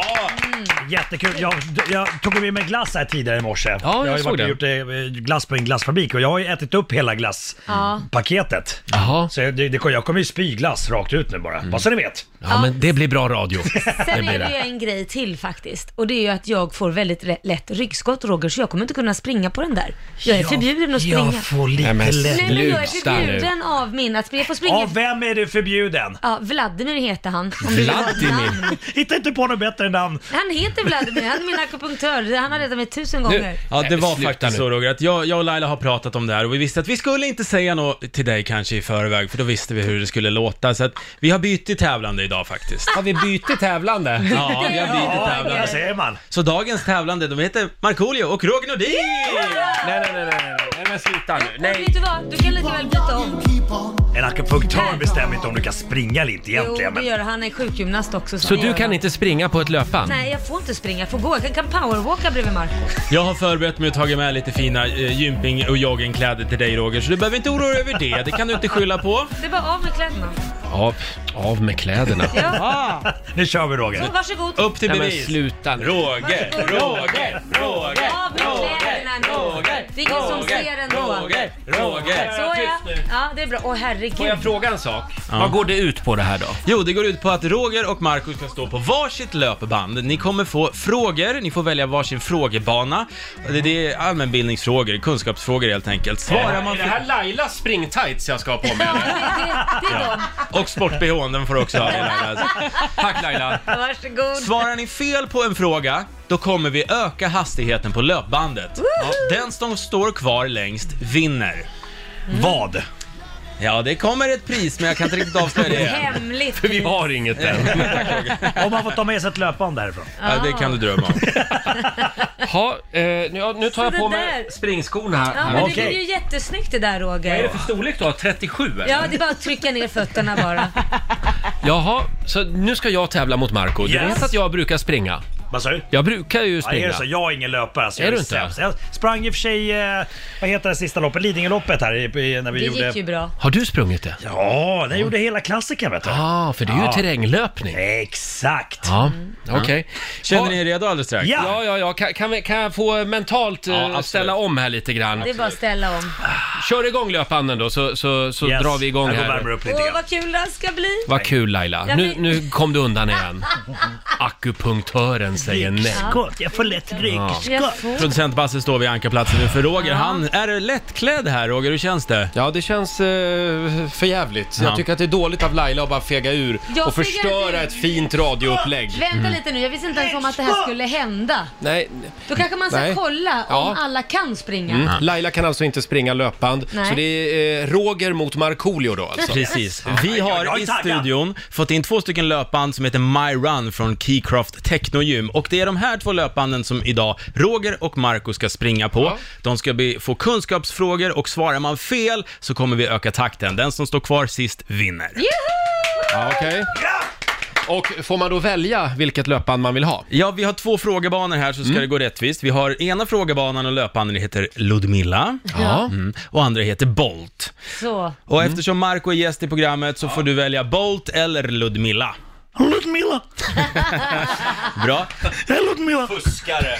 S6: Jättekul. Jag, jag tog med mig glass här tidigare i morse.
S1: jag
S6: har ju
S1: såg
S6: varit och gjort eh, glass på en glassfabrik och jag har ju ätit upp hela
S2: Ja.
S6: glasspaketet.
S1: Jaha,
S6: Så jag, det, det, jag kommer ju spy glass rakt ut nu bara,
S1: Mm.
S6: bara så ni vet.
S1: ja men det blir bra
S2: [laughs]
S1: radio.
S2: Sen
S1: blir
S2: är det
S1: det.
S2: ju en grej till faktiskt. Och det är ju att jag får väldigt rä- lätt ryggskott, Roger, så jag kommer inte kunna springa på den där. Jag är förbjuden att springa.
S6: Jag får lite
S1: Nej, men
S6: lätt.
S2: Nej, men jag är
S1: Sluta nu.
S2: förbjuden av min att springa. Jag får springa...
S6: Av vem är du förbjuden? [laughs]
S2: Ja, Vladimir heter han. om du vill ha ett
S1: Vladimir?
S2: namn.
S6: Hitta inte på något bättre namn.
S2: Han heter Vladimir, han är min akupunktör. Han har räddat mig tusen gånger.
S8: Ja,
S1: Nej,
S8: det
S1: men
S8: var
S1: sluta
S8: faktiskt
S1: nu.
S8: så Roger, att jag, jag och Laila har pratat om det här och vi visste att vi skulle inte säga något till dig kanske i förväg, för då visste vi hur det skulle låta. Så att vi har bytt till tävlande idag faktiskt.
S1: Har vi bytt tävlande?
S8: Ja, vi har bytt till
S6: Ja,
S8: tävlande.
S6: vad säger man?
S8: Så dagens tävlande, de heter Markoolio och Roger Nordin!
S1: Nej, nej, nej, nej, nej, nej, men sluta nu.
S2: Och vet du vad? Du kan lika väl byta om.
S6: En akupunktör bestämmer inte om du kan springa eller inte
S2: Jo,
S6: egentligen.
S2: det
S6: Men...
S2: gör han. Han är sjukgymnast också.
S1: Så
S2: det
S1: du
S2: gör
S1: kan
S2: han.
S1: inte springa på ett löpband?
S2: Nej, jag får inte springa. Jag får gå. Jag kan powerwalka bredvid Marco.
S8: Jag har förberett mig och tagit med lite fina eh, gymping och joggingkläder till dig Roger, så du behöver inte oroa dig över det. Det kan du inte skylla på.
S2: Det är bara av med kläderna.
S1: Av, av med kläderna.
S6: Nu kör vi Roger.
S2: Så, varsågod.
S8: Upp till
S1: Nej, men
S8: bevis!
S1: sluta nu.
S8: Roger, Roger, Roger,
S2: Av med kläderna nu. Det är ingen som ser ändå.
S8: Roger, Roger.
S2: Så ja. ja, det är bra. Åh herregud.
S1: Får jag fråga en sak? Vad går det ut på det här då?
S8: Jo, det går ut på att Roger och Marcus ska stå på varsitt löpband. Ni kommer få frågor, ni får välja varsin frågebana. Det- Det är allmänbildningsfrågor, kunskapsfrågor helt enkelt. Svarar man
S1: Är det här Lailas springtights jag ska ha på mig?
S2: [laughs] Ja, det, det, det är dem.
S8: Och sport-bhn, den får du också ha. Laila. Tack Laila.
S2: Varsågod.
S8: Svarar ni fel på en fråga, då kommer vi öka hastigheten på löpbandet. Ja, den som står kvar längst vinner.
S2: Mm.
S6: Vad?
S8: Ja, det kommer ett pris, men jag kan inte riktigt avslöja det
S2: [laughs]
S8: än.
S2: Hemligt.
S1: Vi har inget än.
S6: Om man får ta med sig ett löpband därifrån.
S8: Ja, det kan du drömma om.
S1: Ha, eh, nu, ja, nu tar
S2: Så
S1: jag
S2: det
S1: på mig
S2: där-
S1: springskorna här.
S2: Ja, men det
S6: Okej.
S2: blir ju jättesnyggt det
S1: Vad
S2: där
S1: är
S2: Roger.
S1: det för storlek då? 37 eller?
S2: Ja, det är bara att trycka ner fötterna bara.
S1: Jaha, så nu ska jag tävla mot Marco. Du
S6: Yes.
S1: vet att jag brukar springa.
S6: Vad sa du?
S1: Jag brukar ju
S6: Ja, är
S1: springa.
S6: det så? Jag är ingen löpare. Alltså,
S1: Är
S6: jag
S1: du inte?
S6: sämst. Jag sprang i och för sig, eh, vad heter det sista loppet? Lidingöloppet här i- i- när vi
S2: Det
S6: gjorde...
S2: gick ju bra.
S1: Har du sprungit det?
S6: Ja, när jag gjorde hela klassiken vet du.
S1: Ja, ah, för det är ju
S6: Ja.
S1: terränglöpning.
S6: Exakt.
S1: Ja, okej.
S8: Känner
S1: Ja.
S8: ni er redo alldeles strax?
S6: Ja.
S1: Ja, ja, ja. Kan, kan, vi, kan jag få mentalt eh,
S8: Ja, absolut.
S1: ställa om här lite grann?
S2: Det är bara att ställa om.
S1: Kör igång löpanden då så, så, så
S6: Yes.
S1: drar vi igång
S6: jag går och
S1: här.
S6: värmer upp lite
S2: Åh,
S6: grann.
S2: vad kul det här ska bli.
S1: Vad kul Laila.
S2: Ja,
S1: Nu,
S2: men-
S1: nu kom du undan igen. Akupunktören säger nej.
S6: Ryggskott, jag får lätt
S2: Jag
S6: ryggskott.
S2: får...
S8: Producent Basse står vid ankarplatsen nu för Roger, han är lättklädd här. Roger, hur känns det?
S11: Ja, det känns eh, förjävligt.
S8: Ja.
S11: Jag tycker att det är dåligt av Laila att bara fega ur
S2: Jag
S11: och
S2: fegar
S11: förstöra
S2: ur.
S11: ett fint radioupplägg.
S2: Vänta lite nu, jag visste inte ens om att det här skulle hända.
S11: Nej,
S8: Mm.
S2: Då kanske man ska
S11: Nej.
S2: kolla om
S11: Ja.
S2: alla kan springa.
S1: Mm.
S11: Laila kan alltså inte springa löpband,
S2: Nej.
S11: så det är eh, Roger mot Markoolio då
S2: [laughs]
S11: alltså.
S8: Precis. Vi
S6: jag
S8: har
S6: är
S8: i
S6: taggad.
S8: studion fått in två stycken löpband som heter My Run från Keycraft Technogym. Och det är de här två löpbanden som idag Roger och Marco ska springa på. De ska bli, få kunskapsfrågor och svarar man fel så kommer vi öka takten. Den som står kvar sist vinner.
S11: Ja, okej. Och får man då välja vilket löpband man vill ha?
S8: Ja, vi har två frågebanor här så ska
S6: Mm.
S8: det gå rättvist. Vi har ena frågebanan och löpbanden heter Ludmilla
S11: Ja.
S8: mm, och andra heter Bolt.
S2: Så.
S8: Och eftersom Marco är gäst i programmet så får du välja Bolt eller Ludmilla.
S6: Ludmilla!
S8: Bra.
S6: Hej Ludmilla!
S8: Fuskare!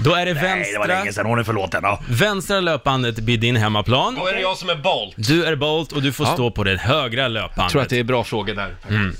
S8: Då är det vänstra...
S6: det var länge sedan. Hon är förlåten. Ja.
S8: Vänstra löpbandet blir din hemmaplan.
S1: Då är det jag som är Bolt.
S8: Du är Bolt och du får stå på det högra löpbandet. Jag
S1: tror att det är bra frågor där.
S8: Mm.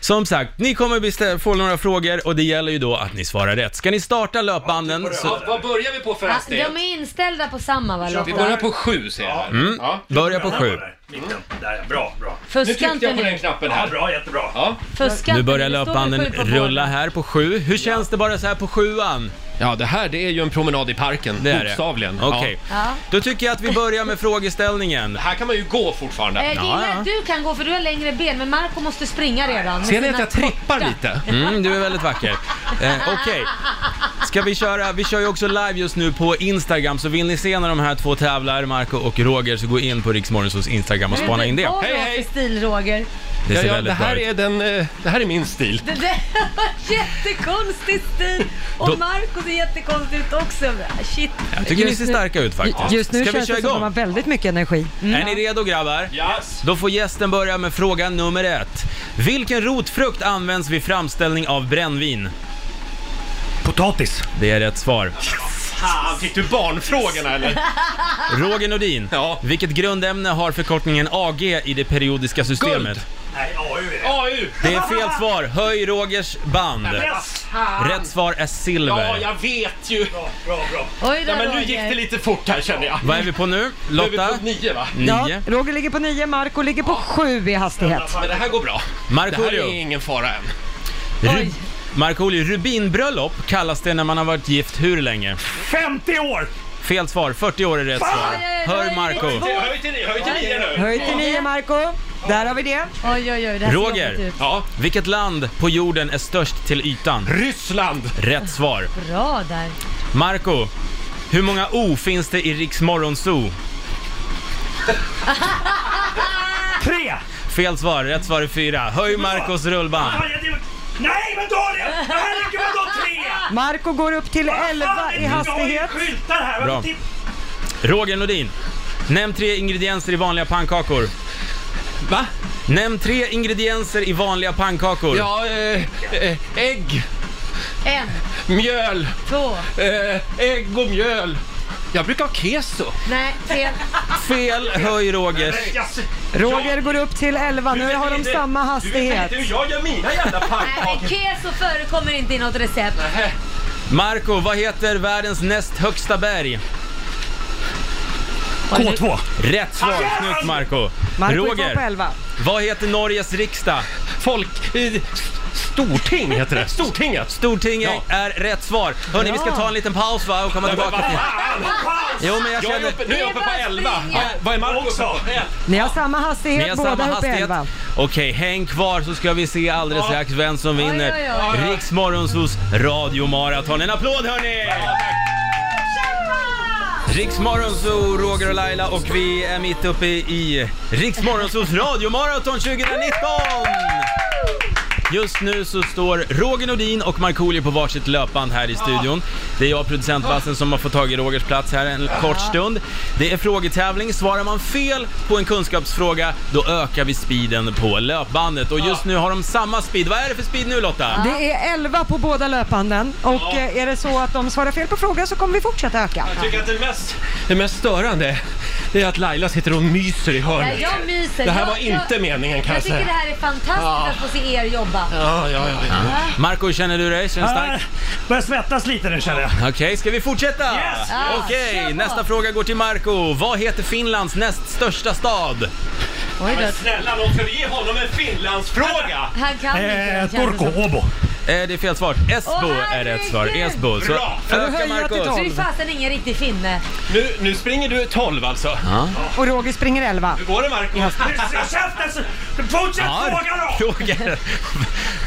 S8: Som sagt, ni kommer bestä- få några frågor och det gäller ju då att ni svarar rätt. Ska ni starta löpbanden så...
S1: Vad börjar vi på för
S2: Ja, de är inställda på samma va
S1: Vi börjar
S2: Lotta?
S1: på sju ser jag här.
S8: Mm.
S1: Ja.
S8: Börja på sju.
S6: Mitten. Där, bra, bra.
S1: Nu
S2: Fuska
S1: tryckte
S2: inte
S1: jag på
S2: nu.
S1: den knappen här.
S6: Ja, bra, jättebra.
S1: Ja.
S2: Fuska
S8: Nu
S2: inte
S8: börjar
S2: det står väl
S8: löpbanden
S2: sju på bollen.
S8: rulla här på sju. Hur känns det bara så här på sjuan?
S1: Ja, det här det är ju en promenad i parken,
S8: Det är det.
S1: bokstavligen.
S8: Okej.
S2: Ja.
S8: Då tycker jag att vi börjar med frågeställningen.
S1: Här kan man ju gå fortfarande.
S2: Eh, Gilla,
S8: Ja, ja.
S2: du kan gå för du har längre ben, men Marco måste springa redan. med
S1: Ser ni att
S2: sina
S1: jag trippar
S2: korta-
S1: lite?
S8: Mm, du är väldigt vacker. Eh, Okej, ska vi köra? Vi kör ju också live just nu på Instagram, så vill ni se när de här två tävlar, Marco och Roger, så gå in på Riksmorgonsols Instagram och spana in det.
S2: Vad
S1: Hej,
S2: du har
S1: hej.
S2: för stil Roger.
S8: Det
S1: Ja,
S8: ser
S1: ja, det
S8: väldigt bra
S1: här
S8: ut.
S1: är den, eh, det här är min stil.
S2: Det där var jättekonstig stil
S8: Då-
S2: och Marco ser jättekonstig ut också. Shit.
S8: Jag tycker ni ser starka ut faktiskt.
S3: Just nu
S8: ska vi
S3: känns
S8: köra
S3: det som att de
S8: igång?
S3: har väldigt mycket energi.
S8: Är ni redo grabbar?
S1: Yes.
S8: Då får gästen börja med fråga nummer ett. Vilken rotfrukt används vid framställning av brännvin?
S6: Potatis.
S8: Det är rätt svar.
S1: Fan, fick du barnfrågorna eller?
S8: Roger Nordin,
S1: [laughs] Ja.
S8: vilket grundämne har förkortningen AG i det periodiska systemet?
S1: Guld.
S6: Nej, AU är det.
S1: AU!
S8: Det är fel svar. Höj Rogers band.
S6: Yes!
S8: Rätt svar är
S1: Ja,
S8: silver.
S1: jag vet ju.
S6: Bra, bra, bra.
S2: Oj då
S1: Ja, men nu
S2: Roger.
S1: gick det lite fort här känner jag.
S8: Vad är vi på nu?
S1: Nu är vi
S8: Lotta? Mm.
S1: på nio va?
S3: Ja,
S8: Nio.
S3: Roger ligger på nio, Marco ligger på sju i hastighet.
S1: Men det här går bra. Det här är
S8: Markoolio.
S1: ingen fara än.
S8: Ru- Markoolio, rubinbröllop kallas det när man har varit gift hur länge?
S6: 50 år!
S8: Fel svar. 40 år är rätt svar. Hör Marco.
S1: Höj till, höj till nio nu.
S3: Höj till nio, Marco. Där har vi det.
S2: Oj, oj, oj. Det här ser
S8: Roger.
S2: jobbigt ut.
S1: Ja.
S8: Vilket land på jorden är störst till ytan?
S1: Ryssland!
S8: Rätt svar.
S2: Bra där.
S8: Marco, hur många O finns det i Riks Morgonzoo?
S6: Tre!
S8: Fel svar. Rätt svar är fyra. Höj Marcos rullband.
S6: Aj, det- Nej, men Daniel! Herregud, vadå tre?
S3: Marco går upp till elva i hastighet.
S6: Jag har ju skyltar här.
S8: Bra.
S6: Titta.
S8: Roger Nordin, nämn tre ingredienser i vanliga pannkakor.
S1: Va?
S8: Nämn tre ingredienser i vanliga pannkakor.
S1: Ja, eh, eh, ägg,
S2: En,
S1: mjöl,
S2: två,
S1: eh, ägg och mjöl. Jag brukar ha keso.
S2: nej, fel.
S8: Fel, höj Rogers.
S1: Yes.
S3: Roger går upp till elva. Nu har de samma hastighet.
S1: Du, jag gör mina jävla
S2: Nej, men
S1: pannkakor.
S2: keso förekommer inte i något recept.
S8: Marco, vad heter världens näst högsta berg?
S6: K2.
S8: Rätt svar, snyggt Marco.
S3: Marco är kvar på
S8: Roger,
S3: elva.
S8: vad heter Norges riksdag?
S1: Folk... Eh, storting heter det. Stortinget.
S8: Stortinget är rätt svar. Hörni, vi ska ta en liten paus va och komma tillbaka till... Jo, men jag
S1: Jag är
S8: känner...
S1: uppe, nu är jag uppe på
S2: Det är bara
S1: 11.
S2: springa.
S1: Ja, vad är Marco uppe på?
S3: Ni har samma
S8: Ni har
S3: hastighet,
S8: samma
S3: båda uppe i
S8: hastighet.
S3: elva.
S8: Okej, häng kvar så ska vi se alldeles strax vem som vinner.
S2: Oj, oj,
S8: Riks Morgonzos radiomaraton. En applåd hörni! Riks Morgonzoo, Roger och Laila och vi är mitt uppe i Riks Morgonzoos radiomaraton 2019! Just nu så står Roger Nordin och Markoolio på varsitt löpband här i studion. Det är jag, producent Bassen, som har fått tag i Rogers plats här en kort stund. Det är frågetävling. Svarar man fel på en kunskapsfråga, då ökar vi speeden på löpbandet. Och just nu har de samma speed. Vad är det för speed nu Lotta?
S3: Det är 11 på båda löpanden och eh, är det så att de svarar fel på frågan så kommer vi fortsätta öka.
S1: Jag tycker att det mest, det mest störande det är att Laila sitter och myser i
S2: Ja,
S1: hörnet.
S2: jag myser.
S1: Det här
S2: Jag-
S1: var inte
S2: jag,
S1: meningen kan
S2: Jag
S1: jag
S2: tycker det
S1: säga.
S2: här är fantastiskt att få se er jobba.
S1: Ja, ja, ja. ja.
S8: Marco, hur känner du dig? Känns starkt?
S6: Ah, Börjar svettas lite nu känner jag.
S8: Okej, ska vi fortsätta?
S6: Yes!
S2: Ja,
S8: Okej,
S2: kör på.
S8: nästa fråga går till Marco. Vad heter Finlands näst största stad?
S2: Oj då.
S1: Snälla någon för ge honom en Finlandsfråga!
S2: Han kan inte.
S6: Eh,
S2: det känns
S6: Turku,
S2: som.
S6: Åbo.
S8: Eh, det är fel svar. Esbo
S2: Åh,
S8: är rätt svar.
S2: herregud!
S8: Esbo. Så
S1: Bra!
S3: Då
S8: ökar
S3: höjer jag till
S8: Marco.
S3: tolv.
S2: Du är fasen ingen riktig finne.
S1: Nu, nu springer du 12 alltså.
S3: Och Roger springer 11.
S1: Hur går det Marco?
S6: Käften! Fortsätt
S8: Ja,
S6: fråga då!
S8: Roger.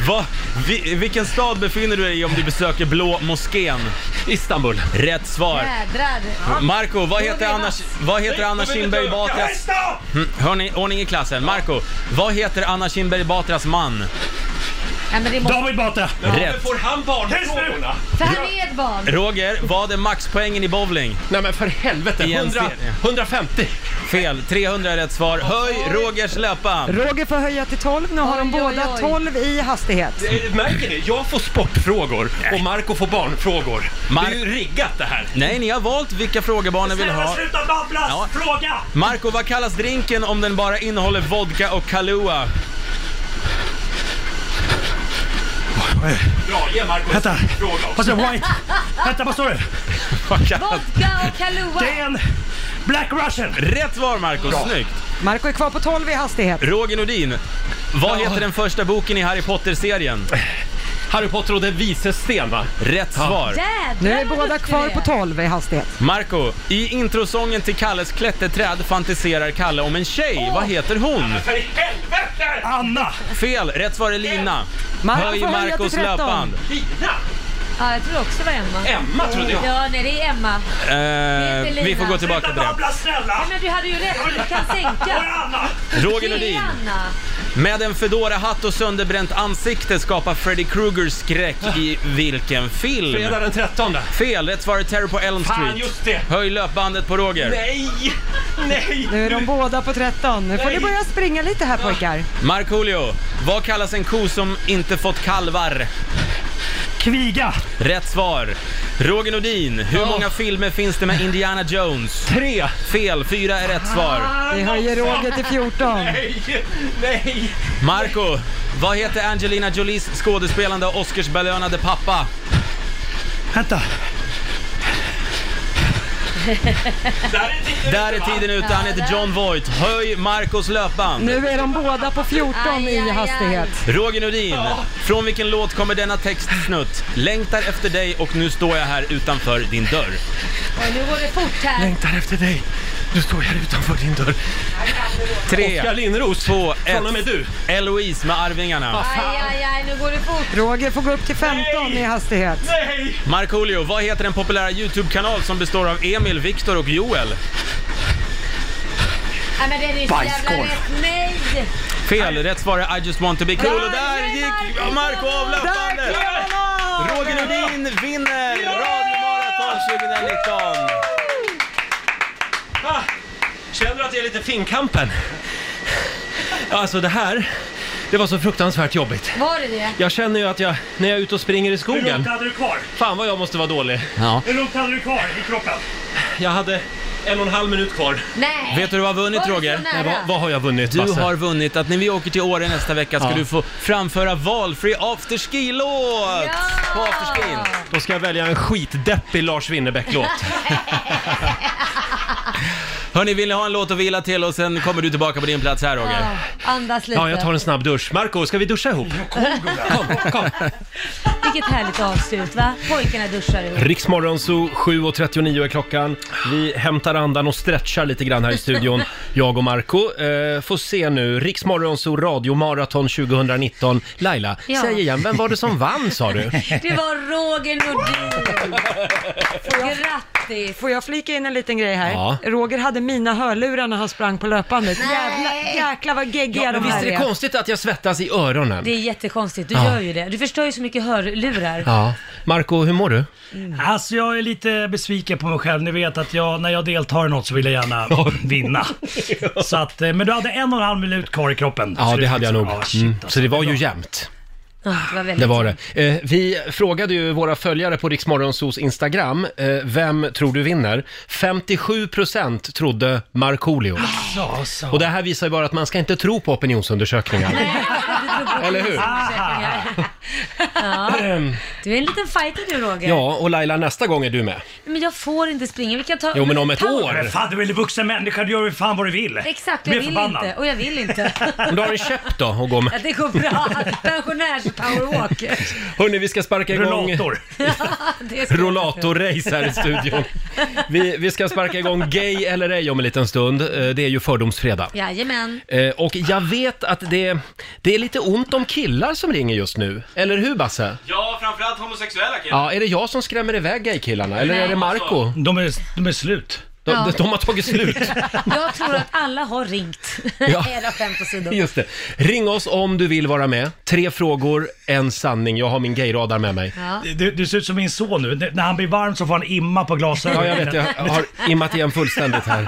S8: Va, vi, vilken stad befinner du dig i om du besöker Blå moskén?
S1: Istanbul.
S8: Rätt svar.
S2: Jädrar.
S8: Marco, vad heter
S2: Roger,
S8: Anna, vad heter Anna Kinberg Batras...
S6: Stopp!
S8: Mm, Hörni, ordning i klassen. Marco, vad heter Anna Kinberg Batras man?
S2: Nej, men det måste...
S6: David Batra.
S8: Rätt.
S1: Får han barnfrågorna?
S2: För han är ett barn.
S8: Roger, vad är maxpoängen i bowling?
S1: Nej men för helvete,
S8: I en
S1: 100,
S8: serie.
S1: 150!
S8: Fel. 300 är rätt svar. Höj Rogers löpband.
S3: Roger får höja till 12. Nu har de båda 12 i hastighet.
S1: Eh, Märker ni? Jag får sportfrågor och Marco får barnfrågor. Det är ju riggat det här.
S8: Nej, ni har valt vilka frågor barnen vill ha.
S6: babblas!
S8: Ja.
S6: Fråga!
S8: Marco, vad kallas drinken om den bara innehåller vodka och Kahlua?
S1: Bra, ge Marco
S6: Vänta. Vad sa du? White? Vänta, vad står det?
S2: Vodka och Kahlua.
S6: Det är en Black Russian!
S8: Rätt svar Marco, snyggt!
S3: Marco är kvar på 12 i hastighet.
S8: Roger Nordin, vad heter den första boken i Harry Potter-serien?
S1: Harry Potter och den vises sten va?
S8: Rätt svar!
S3: Nu är båda kvar på 12 i hastighet.
S8: Marco, i introsången till Kalles klätterträd fantiserar Kalle om en tjej. Vad heter hon?
S6: För i helvete! Anna!
S8: Fel! Rätt svar är Lina.
S2: Marco
S8: Höj
S2: får höja till
S8: Marcos
S2: 13.
S8: löpband.
S1: Lina!
S2: Ja, jag tror också det var Emma.
S1: Emma trodde jag.
S2: Ja, nej det är Emma.
S8: Eh,
S2: heter Lina.
S8: vi får gå tillbaka till det.
S2: Nej, men du hade ju rätt, du kan sänka.
S8: Roger
S2: Det är
S8: Nordin.
S2: Anna.
S8: Med en Fedora-hatt och sönderbränt ansikte skapar Freddy Krueger skräck i vilken film?
S1: Fredag den 13.
S8: Fel! Rätt svar är Terror på Elm Street.
S1: Fan, just det.
S8: Höj löpbandet på Roger.
S1: Nej! Nej!
S3: Nu är de båda på 13. Nu får ni
S1: Nej.
S3: börja springa lite här pojkar.
S8: Markoolio, vad kallas en ko som inte fått kalvar?
S6: Kviga!
S8: Rätt svar. Roger Nordin, hur många filmer finns det med Indiana Jones?
S1: Tre!
S8: Fel, fyra är rätt svar.
S3: Vi höjer Roger till 14.
S1: Nej! Nej!
S8: Marco, vad heter Angelina Jolies skådespelande och Oscarsbelönade pappa?
S6: Vänta.
S1: Där är tiden
S8: Där är
S1: ute, va?
S8: tiden ute, han heter John Voight. Höj Marcos löpband.
S3: Nu är de båda på 14
S2: Aj, aj,
S3: i
S2: aj.
S3: hastighet.
S8: Roger Nordin, från vilken låt kommer denna textsnutt? Längtar efter dig och nu står jag här utanför din dörr.
S2: Oj, nu går det fort här.
S1: Längtar efter dig. Nu står jag utanför din dörr.
S8: Tre,
S1: Oskar Linnros.
S8: två,
S1: Från och med
S8: ett.
S1: du.
S8: Eloise med
S2: Aj,
S8: Arvingarna.
S2: aj, aj, nu går det fort.
S3: Roger får gå upp till 15 i hastighet.
S1: Nej!
S8: Markoolio, vad heter den populära YouTube-kanal som består av Emil, Viktor och Joel?
S2: Nej, men det är ju så jävla rätt. Nej!
S8: Fel, rätt svar är I just want to be cool och där gick Marco av löpbandet! Roger Nordin vinner Radiomaraton 2019!
S1: Ah, känner du att jag är lite Finnkampen? Alltså det här, det var så fruktansvärt jobbigt.
S2: Var det det?
S1: Jag känner ju att jag, när jag är ute och springer i
S6: Hur långt
S1: skogen,
S6: hade du kvar?
S1: fan vad jag måste vara dålig.
S8: Ja.
S6: Hur långt hade du kvar i kroppen?
S1: Jag hade en och en halv minut kvar.
S2: Nej!
S8: Vet du vad du har vunnit
S2: Var det så
S8: Roger?
S2: nära?
S1: Nej, vad, vad har jag vunnit
S8: Du
S1: Basse?
S8: har vunnit att när vi åker till Åre nästa vecka ska
S1: Ja.
S8: du få framföra valfri afterski-låt! På afterskin!
S1: Då ska jag välja en skitdeppig Lars Winnerbäck-låt.
S8: Hörni, vill ni ha en låt att vila till och sen kommer du tillbaka på din plats här Roger?
S2: Ja, Andas lite.
S1: Ja, jag tar en snabb dusch. Marco, ska vi duscha ihop? Kom, kom.
S2: Vilket härligt avslut va? Pojkarna duschar ihop.
S1: Riksmorgon så 7.39 är klockan. Vi hämtar andan och stretchar lite grann här i studion, jag och Marco. Eh, får se nu, Riksmorgon så radiomaraton 2019. Laila,
S2: Ja.
S1: säg igen, vem var det som vann sa
S2: [laughs]
S1: du?
S2: Det var Roger Nordin. Grattis!
S3: Får jag flika in en liten grej här?
S1: Ja.
S3: Roger hade mina hörlurar när han sprang på löpbandet. Jävla, jäklar vad geggiga
S1: Ja,
S3: de
S1: men visst
S3: här
S1: är det konstigt att jag svettas i öronen?
S2: Det är jättekonstigt, du
S1: Ja.
S2: gör ju det. Du förstör ju så mycket hörlurar.
S1: Ja. Marco, hur mår du?
S6: Alltså jag är lite besviken på mig själv. Ni vet att jag, när jag deltar i något så vill jag gärna
S1: [laughs]
S6: vinna. Så att, eh, men du hade en och en halv minut kvar i kroppen.
S1: Ja,
S6: Så
S1: det hade jag nog.
S6: Ja, shit,
S1: Mm.
S6: alltså.
S1: Så det var ju jämnt.
S2: Ja, det var Ah, väldigt
S1: Det var det. Eh, vi frågade ju våra följare på Riksmorgonsos Instagram, eh, vem tror du vinner? 57% trodde Markoolio.
S6: Ja, så.
S1: Och det här visar ju bara att man ska inte tro på opinionsundersökningar. Eller hur?
S2: Ja. Du är en liten fighter du Roger.
S1: Ja, och Laila, nästa gång är du med.
S2: Men jag får inte springa. Vi kan ta...
S1: Jo, men om ett
S2: Paul-
S1: år.
S6: Men fan, du är en vuxen människa. Du gör ju fan vad du vill.
S2: Exakt,
S6: Du
S2: jag
S6: blir
S2: vill
S6: förbannad.
S2: inte. Och jag vill inte.
S1: Om du har en käpp då att gå
S2: Ja,
S1: med.
S2: det går bra.
S1: [laughs]
S2: Pensionärs-powerwalk.
S1: Hörni, vi ska sparka igång...
S6: Rullator.
S2: Det ska-
S1: Rollator-race här i studion. Vi, vi ska sparka igång Gay eller ej om en liten stund. Eh, Det är ju Fördomsfredag.
S2: Jajamän.
S1: Eh, Och jag vet att det, det är lite ont om killar som ringer just nu. Eller hur Basse?
S8: Ja, framförallt homosexuella killar.
S1: Ja,
S8: alltså.
S1: är det jag som skrämmer iväg gaykillarna? Eller
S2: Nej.
S1: är det Marco?
S6: De är, de är slut.
S1: De,
S2: Ja.
S1: de har tagit slut.
S2: Jag tror att alla har ringt.
S1: Ja.
S2: [laughs] Hela skämt åsido.
S1: Just det. Ring oss om du vill vara med. Tre frågor, en sanning. Jag har min gayradar med mig.
S2: Ja.
S6: Du, du ser ut som min son nu. N- När han blir varm så får han imma på glasögonen.
S1: Ja, jag vet. Jag har immat igen fullständigt här.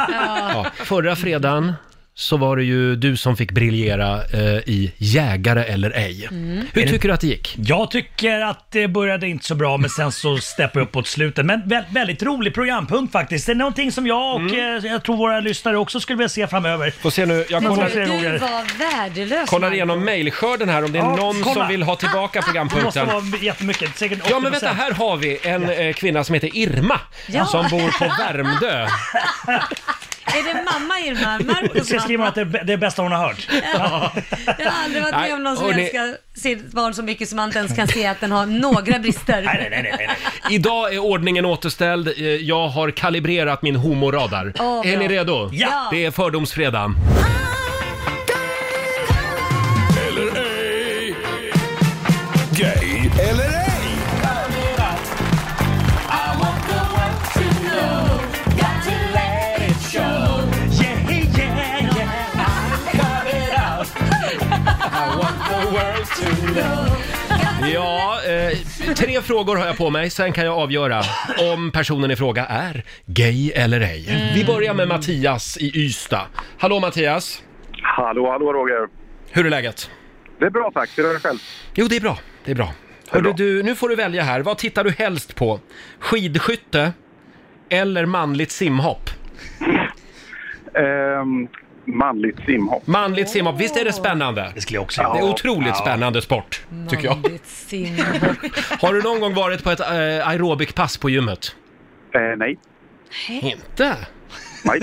S1: Ja. Förra fredagen så var det ju du som fick briljera eh, i Jägare eller ej.
S6: Mm.
S1: Hur tycker du att det gick?
S6: Jag tycker att det började inte så bra men sen så steppade upp åt slutet. Men vä- väldigt rolig programpunkt faktiskt. Det är någonting som jag och eh, jag tror våra lyssnare också skulle vilja se framöver.
S1: Får se nu, jag
S6: Men
S1: kollar-
S6: vad säger
S2: Du
S6: Roger?
S2: var värdelös.
S1: Kollar
S2: Marco.
S1: igenom mejlskörden här om det är
S6: Ja,
S1: någon
S6: kolla.
S1: som vill ha tillbaka
S6: Det måste
S1: programpunkten.
S6: vara jättemycket, säkert 80%.
S1: Ja men vänta, här har vi en eh, kvinna som heter Irma
S2: Ja.
S1: som bor
S6: [laughs]
S1: på Värmdö.
S2: Är det mamma
S6: [laughs]
S2: Irma? Marcos
S6: Sen skriver hon
S2: mamma?
S6: att det är det bästa hon har hört.
S2: Jag har aldrig varit
S1: Nej,
S2: med om någon som
S1: hörni.
S2: älskar sitt barn så mycket som man inte ens kan se att den har några brister.
S6: [laughs] Nej, nej, nej, nej, nej.
S1: Idag är ordningen återställd. Eh, Jag har kalibrerat min homoradar.
S2: Åh,
S1: är
S2: bra.
S1: ni redo?
S6: Ja.
S1: Det är fördomsfredag.
S4: Gay eller ej?
S6: Yeah, yeah, yeah.
S1: Ja, eh, tre frågor har jag på mig. Sen kan jag avgöra om personen i fråga är gay eller ej.
S2: Mm.
S1: Vi börjar med Mattias i Ystad. Hallå Mattias!
S12: Hallå, hallå Roger.
S1: Hur är läget?
S12: Det är bra tack. Hur är det själv?
S1: Jo, det är bra. Det är bra. Hörru du, nu får du välja här. Vad tittar du helst på? Skidskytte eller manligt simhopp?
S12: Ehm, manligt simhopp.
S1: Manligt simhopp, visst är det spännande?
S6: Det skulle jag också
S1: Det är
S6: göra.
S1: otroligt spännande sport, tycker jag.
S2: Manligt simhopp.
S1: Har du någon gång varit på ett eh, aerobikpass på gymmet?
S12: Eh, nej.
S1: Inte?
S12: Nej.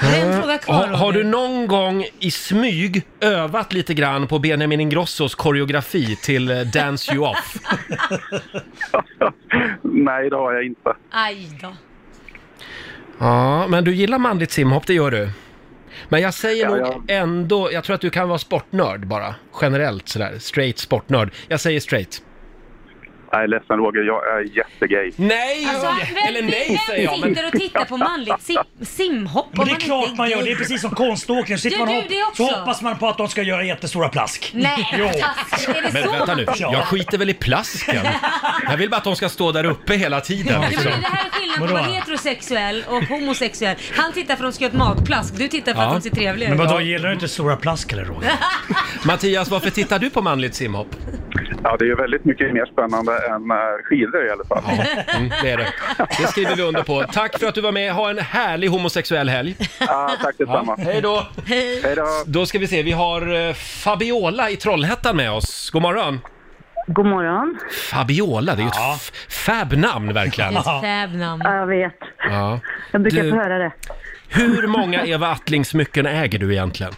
S2: Det är en fråga kvar.
S1: Har, har
S2: Roger.
S1: du någon gång i smyg övat lite grann på Benjamin Ingrossos koreografi till eh, Dance You Off?
S12: nej, det har jag inte.
S2: Aj då.
S1: Ja, men du gillar manligt simhopp, det gör du. Men jag säger
S12: Ja,
S1: nog
S12: ja.
S1: ändå, jag tror att du kan vara sportnörd bara. Generellt sådär, straight sportnörd. Jag säger straight.
S12: Nej, ledsen Roger. Jag är jättegay.
S1: Nej!
S2: Alltså, vem,
S1: Eller nej säger jag.
S2: Vem
S1: Men...
S2: sitter och tittar på manligt sim, simhopp?
S6: Men
S2: om
S6: det är
S2: inte
S6: klart man gör, det är precis som konståkning. Så, sitter
S2: Gör
S6: man
S2: du
S6: och-
S2: det också?
S6: så hoppas man på att de ska göra jättestora plask.
S2: Nej, [laughs]
S6: Jo.
S2: taskigt. Är det
S1: Men
S2: så
S1: vänta
S2: man
S1: nu,
S2: tittar?
S1: jag skiter väl i plasken. Jag vill bara att de ska stå där uppe hela tiden.
S2: Ja, men
S1: Liksom.
S2: det här är skillnaden på att
S6: Vadå?
S2: vara heterosexuell och homosexuell. Han tittar för att de ska göra ett magplask, du tittar för
S1: Ja.
S2: att de ser trevliga
S6: Men
S2: ut.
S6: vadå, gillar du inte stora plask eller Roger?
S1: Mattias, varför tittar du på manligt simhopp?
S12: Ja, det är ju väldigt mycket mer spännande än eh, skidor i alla fall.
S1: Mm, det är det. Det skriver vi under på. Tack för att du var med. Ha en härlig homosexuell helg.
S12: Ja, tack detsamma.
S1: Hej då!
S12: Hej då.
S1: Då ska vi se, vi har eh, Fabiola i Trollhättan med oss. God morgon!
S3: God morgon.
S1: Fabiola, det är ju ett f- fab-namn verkligen.
S2: Ett fäbnamn.
S3: Ja, Jag vet.
S1: Ja.
S3: Jag brukar
S1: Du-
S3: få höra det.
S1: Hur många Eva Attling-smycken äger du egentligen?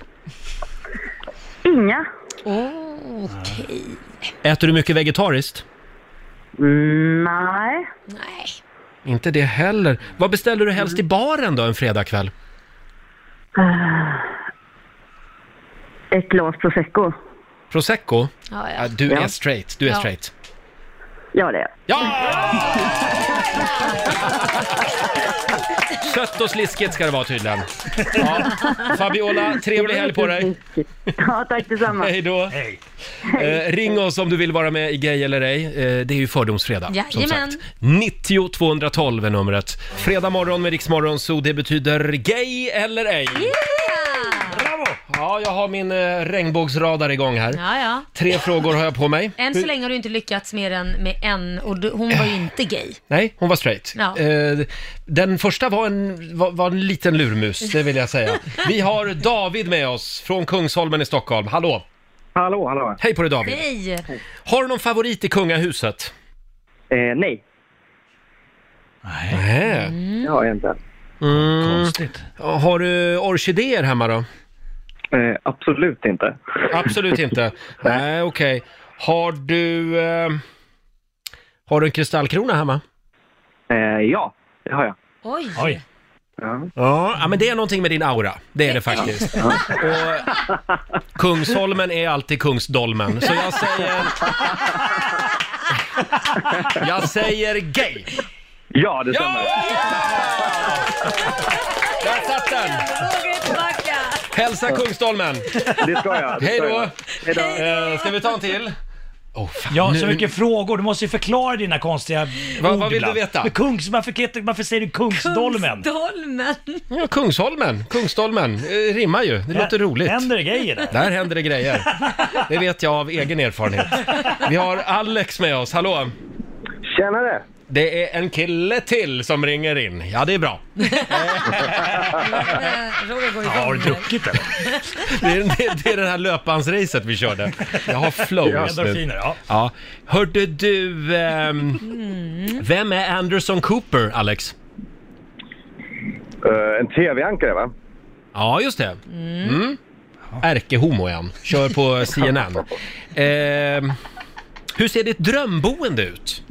S3: Inga.
S2: Oh, Okej.
S1: Äter du mycket vegetariskt?
S3: Nej.
S2: Nej.
S1: Inte det heller. Vad beställer du helst i baren då en fredagkväll?
S3: Ett glas prosecco.
S1: Prosecco?
S2: Ja,
S1: Ja,
S2: ja.
S1: Du
S3: Ja.
S1: är straight, du är
S2: Ja.
S1: straight.
S3: Ja, det är jag.
S1: Ja! Sött och sliskigt ska det vara tydligen. Ja. Fabiola, trevlig helg på dig.
S3: Ja, tack detsamma.
S1: Hej då.
S6: Hej.
S1: Eh, ring oss om du vill vara med i Gay eller ej. Eh, det är ju fördomsfredag. Som
S2: Jajamän.
S1: sagt. 90 212 är numret. Fredag morgon med Riksmorgon, så det betyder gay eller ej.
S6: Bravo!
S1: Ja, jag har min eh, regnbågsradar igång här.
S2: Ja, ja.
S1: Tre frågor har jag på mig.
S2: Än så länge har du inte lyckats mer än med en och du, hon var ju inte gay.
S1: Nej, hon var straight.
S2: Ja.
S1: Eh, den första var en, var, var en liten lurmus, det vill jag säga. Vi har David med oss från Kungsholmen i Stockholm. Hallå!
S10: Hallå, hallå.
S1: Hej på dig David!
S2: Nej.
S1: Har du någon favorit i kungahuset?
S10: Eh, nej,
S1: Nej.
S10: det har jag inte.
S1: Mm.
S6: Konstigt.
S1: Har du orkidéer hemma då?
S10: Eh, absolut inte.
S1: Absolut inte. Nej, okej. Har du... Eh, har du en kristallkrona hemma?
S10: Eh, ja, det har jag.
S2: Oj.
S6: Oj.
S10: Ja.
S1: Ja, ja, men det är någonting med din aura. Det är det faktiskt. Och Kungsholmen är alltid Kungsdolmen, så jag säger... Jag säger gay!
S10: Ja, det stämmer.
S1: Där satt den! Hälsa Kungsholmen!
S10: Det ska jag. det
S1: Hej
S10: ska
S1: då!
S10: jag. Hej då.
S1: Eh, Ska vi ta en till? Oh, fan,
S6: Ja,
S1: nu-
S6: så mycket frågor. Du måste ju förklara dina konstiga
S1: vad
S6: ord
S1: vill du
S6: ibland.
S1: veta?
S6: Men Kungs, varför, heter- varför säger du Kungsdolmen?
S2: Kungsdolmen.
S1: Ja, Kungsholmen, Kungsholmen, eh, rimmar ju. Det låter roligt.
S6: händer det grejer där?
S1: Där händer det grejer. Det vet jag av egen erfarenhet. Vi har Alex med oss, hallå! Tjenare! Det är en kille till som ringer in. Ja, det är bra.
S2: Roger går
S1: Har
S2: igång.
S1: du druckit eller? det, är, det, är- det är det här löpbandsracet vi körde. Jag har flow
S6: Ja,
S1: just nu.
S6: endorfiner, ja.
S1: ja. Hörde du, ehm,
S10: Mm.
S1: vem är Anderson Cooper, Alex?
S10: Eh, en tv-ankare, va?
S1: Ja, just det. Mm. Ärkehomo är han. Kör
S10: [laughs]
S1: på CNN. Ehm, hur ser ditt drömboende ut?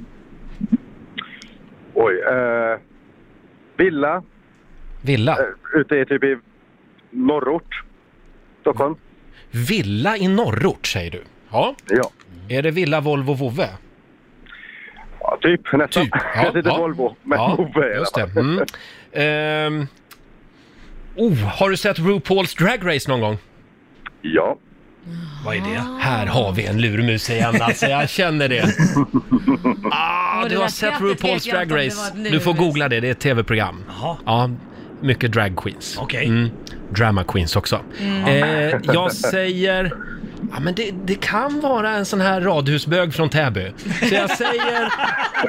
S10: Oj. eh, villa.
S1: Villa?
S10: Uh, ute i typ i norrort. Stockholm.
S1: Villa i norrort, säger du? Ja.
S10: ja.
S1: Är det villa Volvo Vovve?
S10: Ja, typ [laughs] nästan. Jag sitter Volvo, men Volvo är det,
S1: just
S10: va?
S1: det. Mm. Ehm, oh, har du sett RuPaul's Drag Race någon gång?
S10: Ja.
S1: Vad är det? Här har vi en lurmus igen alltså, jag känner
S10: [laughs]
S1: det. Ah,
S2: Och
S1: du
S2: det
S1: har
S2: där
S1: sett
S2: skrattet vet jag
S1: RuPaul's
S2: inte om
S1: Drag
S2: det
S1: Race.
S2: var ett
S1: Du får
S2: lurmus.
S1: googla det, det är ett tv-program. Ja, mycket drag queens.
S6: Okej.
S1: Mm, drama queens också.
S6: Mm.
S1: Eh, jag säger... Ja, men det, det kan vara en sån här radhusbög från Täby. Så jag säger,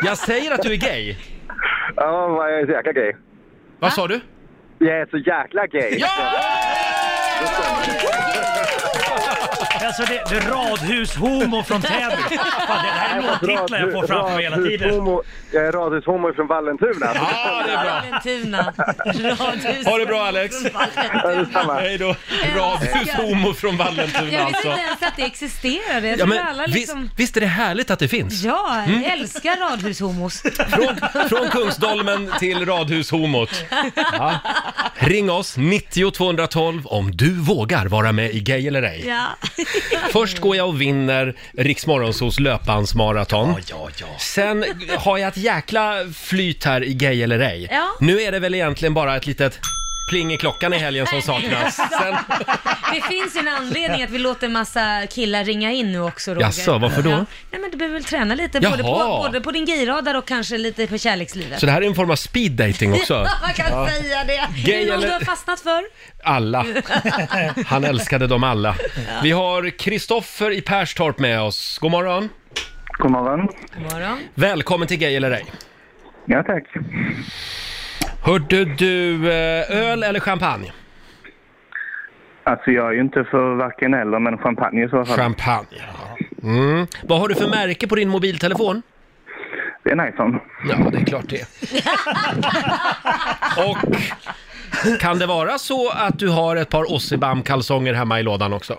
S1: jag säger att du är gay.
S10: Ja, vad jag är så jäkla gay.
S1: Vad sa du?
S10: Jag är så jäkla gay.
S6: Alltså det, det är radhushomo från Täby. Fan, det här är låttitlar jag får framför mig hela tiden.
S10: Radhushomo- Jag är radhushomo från Vallentuna.
S1: Ja, det är bra.
S2: Vallentuna. Radhus.
S1: Ha det bra Alex! Hej då! Radhushomo från Vallentuna
S2: Jag visste
S1: alltså.
S2: inte ens att det existerade. Jag
S1: Ja,
S2: trodde
S1: men
S2: alla
S1: vis-
S2: liksom...
S1: Visst är det härligt att det finns?
S2: Ja, jag
S1: Mm.
S2: älskar radhushomos.
S1: Från Kungsdolmen till
S2: [laughs]
S1: Radhushomot. Ja. Ring oss, 90 212, om du vågar vara med i Gay eller ej.
S2: [laughs] Ja.
S1: Först går jag och vinner Riksmorgonsos löpansmaraton. Sen har jag ett jäkla flyt här i Gay eller ej.
S2: Ja.
S1: Nu är det väl egentligen bara ett litet pling i klockan i helgen som
S2: [laughs]
S1: saknas. Sen...
S2: Det finns en anledning att vi låter en massa killar ringa in nu också Roger.
S1: Jaså, varför då?
S2: Ja. Nej men du behöver väl träna lite både på,
S1: Jaha.
S2: både på din gayradar och kanske lite på kärlekslivet.
S1: Så det här är en form av speed dating också?
S2: Ja, [laughs] man kan
S1: Ja.
S2: säga det.
S1: Gay
S2: är det någon
S1: eller-
S2: du har fastnat för?
S1: Alla. Han älskade dem alla. Vi har Kristoffer i Perstorp med oss. God morgon.
S10: God morgon.
S2: Godmorgon.
S1: Välkommen till Gay eller ej.
S10: Ja, tack.
S1: Hörde du, eh, öl eller champagne?
S10: Alltså, jag är ju inte för varken eller, men champagne i så fall.
S1: Champagne. Mm. Vad har du för märke på din mobiltelefon?
S10: Det är en iPhone.
S1: Ja, det är klart det. Och kan det vara så att du har ett par Ossibam-kalsonger hemma i lådan också?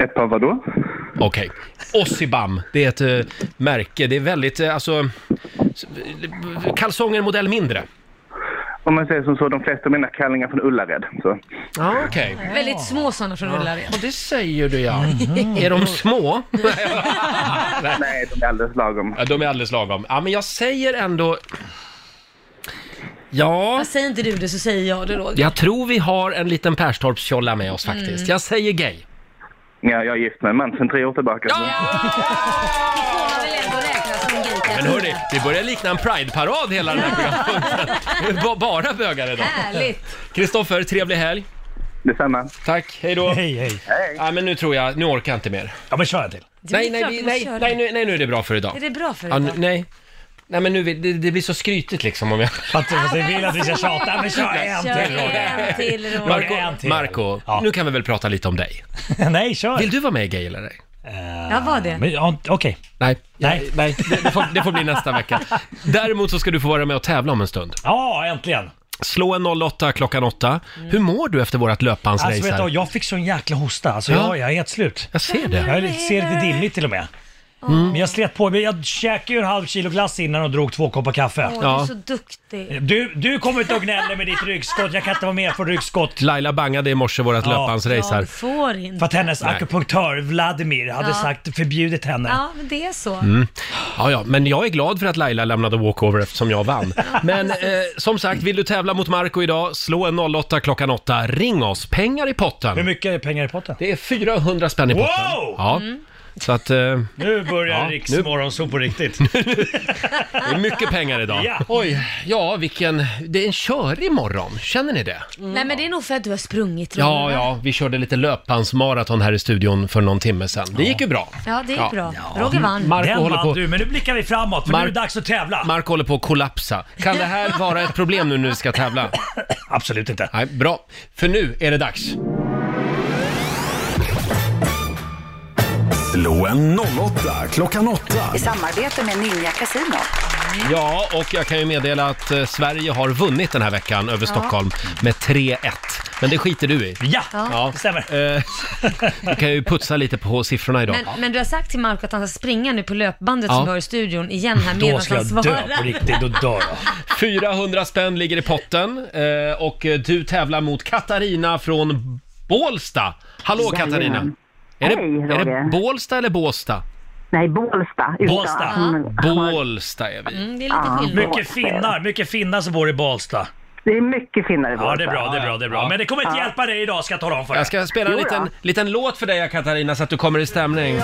S10: Ett par vadå?
S1: Okej. Ossibam, det är ett eh, märke. Det är väldigt, eh, alltså, s- kalsonger en modell mindre.
S10: Om man säger som så, de flesta av mina kallingar från Ullared. Så.
S1: Ja, okej.
S2: Väldigt små sådana från Ullared.
S1: Och det säger du ja. Mhm. Är de små?
S10: Nej, de är alldeles lagom.
S1: Ja, de är alldeles lagom. Ja, men jag säger ändå... Ja,
S2: Ja, säger inte du det så säger jag det Roger.
S1: jag tror vi har en liten Perstorpskjolla med oss faktiskt.
S2: Mm.
S1: Jag säger gay.
S10: Ja, jag är gift med en man sedan tre år tillbaka. så-
S1: Men hörni, det börjar likna en Pride-parad hela den här programpunkten. Det är ba- Bara bögar idag.
S2: Härligt.
S1: Kristoffer, trevlig helg.
S10: Detsamma.
S1: Tack, hej då.
S6: Hej, hej.
S1: Ja, men nu tror jag, nu orkar jag inte mer.
S6: Ja, men kör en till.
S2: men
S1: Nej,
S2: det är
S1: nej,
S2: klart
S1: vi-
S2: du
S1: nej, nej,
S2: kör den.
S1: nu, nej, nu är det bra för idag.
S2: Är det bra för
S1: Ja, nu,
S2: idag?
S1: nej. Nej men nu, vill- det, det blir så skrytigt liksom om jag...
S6: Fast jag vill att vi ska tjata, men kör en
S2: Kör
S6: till Roger.
S2: en till Roger.
S1: Marco, Marco nu kan vi väl prata lite om dig?
S6: Nej, kör.
S1: Vill du vara med i Gay eller ej?
S2: Ja, vad det?
S6: Men, ja, Okej.
S1: Nej,
S6: Nej.
S1: nej det, det, får, det får bli nästa vecka. Däremot så ska du få vara med och tävla om en stund.
S6: Ja, äntligen. Alltså,
S1: Slå en 08 klockan 8. Hur mår du efter vårt löpbandsrace
S6: Alltså vet du,
S1: här?
S6: vad, jag fick sån jäkla hosta. Alltså
S1: Ja.
S6: jag, jag är helt slut.
S1: Jag ser det.
S6: Jag är lite- ser lite dimmigt till och med. Mm. Men jag slet på mig. Jag käkade ju en halv kilo glass innan och drog två koppar kaffe.
S2: Åh, du är så duktig.
S6: Du, du kommer inte och gnäller med ditt ryggskott. Jag kan inte vara med för ryggskott.
S1: Laila bangade i morse vårat
S6: Ja.
S1: löpbandsrace här.
S2: Du får inte.
S6: För att hennes
S1: Nej.
S6: akupunktör Vladimir hade
S2: Ja.
S6: sagt förbjudit henne.
S2: Ja, men det är så.
S1: Mm. Ja, ja, men jag är glad för att Laila lämnade walkover eftersom jag
S6: [laughs]
S1: vann. Men eh, som sagt, vill du tävla mot Marco idag, slå en 08 klockan 8. Ring oss, pengar i potten! Hur
S6: mycket är pengar i potten?
S1: Det är 400 spänn i potten.
S6: Wow! Mm.
S1: Ja. Så att, eh,
S6: Nu börjar
S1: Ja,
S6: Riks
S1: nu-
S6: morgonsop
S1: [laughs]
S6: på riktigt.
S1: det är mycket pengar idag.
S6: Ja.
S1: Oj, ja vilken... Det är en körig morgon, känner ni det?
S6: Mm.
S2: Nej, men det är nog för att du har sprungit tror
S1: Mm. Ja,
S2: jag, va?
S1: ja, vi körde lite löpbandsmaraton här i studion för någon timme sedan. Det gick ju bra.
S2: Ja, det gick
S1: Ja. Mm.
S2: bra. Roger vann.
S1: Marco
S6: Den
S1: håller
S6: vann
S1: på-
S6: du, men nu blickar vi framåt för
S1: Mar-
S6: nu är det dags att tävla.
S1: Mark håller på att kollapsa. Kan det här vara ett problem nu när vi ska tävla?
S6: Absolut inte.
S1: Nej, bra. För nu är det dags.
S4: Slå en 08 klockan 8.
S13: I samarbete med Ninja Casino.
S1: Ja, och jag kan ju meddela att eh, Sverige har vunnit den här veckan över
S13: Ja.
S1: Stockholm med 3-1. Men det skiter du i.
S6: Ja,
S1: det
S6: [laughs]
S1: stämmer. Du kan ju putsa lite på siffrorna idag.
S2: Men, men du har sagt till Marco att han ska springa nu på löpbandet
S1: Ja.
S2: som vi har i studion igen här
S1: Då
S2: medan
S1: ska
S2: han
S1: jag dö på
S2: svarar.
S1: riktigt,
S6: då dör jag.
S1: 400 spänn ligger i potten eh, och eh, du tävlar mot Katarina från Bålsta. Hallå
S10: Jajamän.
S1: Katarina! Är det,
S10: Hej,
S1: är
S10: Roger.
S1: det Bålsta eller Båsta?
S10: Nej, Bålsta. utan-
S1: Bålsta är vi.
S2: Mm, det
S10: Ja,
S6: Ah, Mycket
S10: Bålsta.
S6: finnar, mycket finnar som bor i Bålsta.
S10: Det är mycket finnar i Bålsta.
S6: Ja, det är bra, det är bra, det är bra. Men det kommer inte
S10: Ja.
S6: hjälpa dig idag ska jag tala om för dig.
S1: Jag ska spela en
S6: Jo då.
S1: liten, liten låt för dig Katarina så att du kommer i stämning.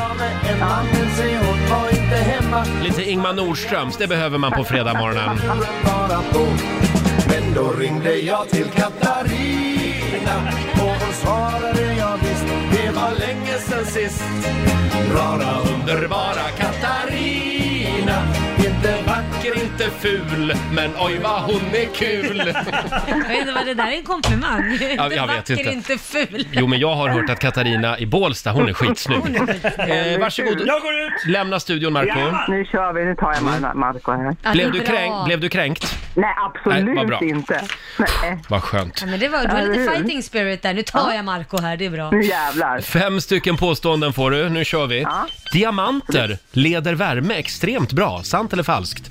S1: Lite Ingmar Nordströms, det behöver man på fredagmorgonen.
S14: Men då ringde jag till Katarina och hon svarade jag visst det var länge sen sist. Rara underbara Katarina, inte vacker, inte
S1: Ful, men oj vad hon är kul!
S2: Jag vet inte vad det där är
S1: [laughs]
S2: en komplimang.
S1: jag vet
S2: Vacker,
S1: inte.
S2: inte ful.
S1: Jo, men jag har hört att Katarina i Bålsta, hon är skitsnygg. Eh, varsågod.
S6: Jag går ut!
S1: Lämna studion, Marco.
S10: Nu kör vi, nu tar jag
S1: Mm.
S10: Mar- Marco här.
S1: Blev du, kränkt? Blev du kränkt?
S10: Nej, absolut
S1: Nej, vad bra.
S10: inte. Nej.
S1: Vad skönt.
S2: Ja, men det var, du har
S10: Eller
S2: lite
S10: hur?
S2: fighting spirit där. Nu tar jag Marco här, det är bra.
S1: Fem stycken påståenden får du, nu kör vi.
S2: Ja.
S1: Diamanter leder värme extremt bra, sant eller falskt?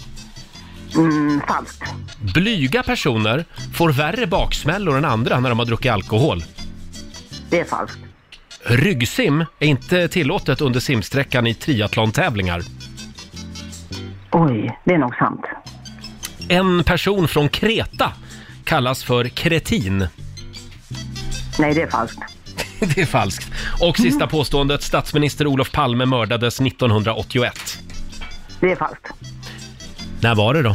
S10: Mm, falskt.
S1: Blyga personer får värre baksmällor än andra när de har druckit alkohol.
S10: Det är falskt.
S1: Ryggsim är inte tillåtet under simsträckan i triathlon-tävlingar.
S10: Oj, det är nog sant.
S1: En person från Kreta kallas för kretin.
S10: Nej, det är falskt.
S1: [laughs]
S10: Mhm.
S1: Det är falskt. Och sista påståendet, statsminister Olof Palme mördades 1981.
S10: Det är falskt.
S1: När var det då?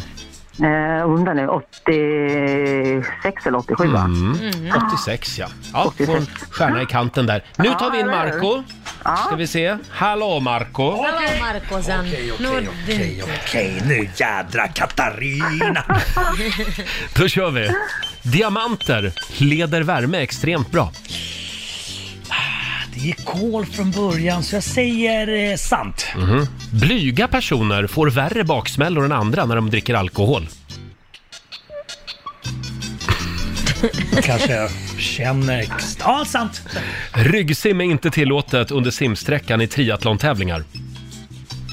S10: Eh, undrar nu, 86 eller 87 va?
S1: Mm. 86 ja. Ja, får en stjärna i kanten där. Nu tar vi in
S2: Ja, eller hur?
S1: Marco. Ska vi se. Hallå Marco.
S2: Hallå Marco sen. Nådde
S6: Okej,
S2: inte.
S6: okej, nu jädra Katarina!
S1: Då kör vi. Diamanter leder värme extremt bra.
S6: Det är kol från början så jag säger eh, sant.
S10: Mm.
S1: Mhm. Blyga personer får värre baksmällor än andra när de dricker alkohol.
S6: Kanske jag känner... Ja, sant!
S1: Ryggsim är inte tillåtet under simsträckan i triathlon-tävlingar.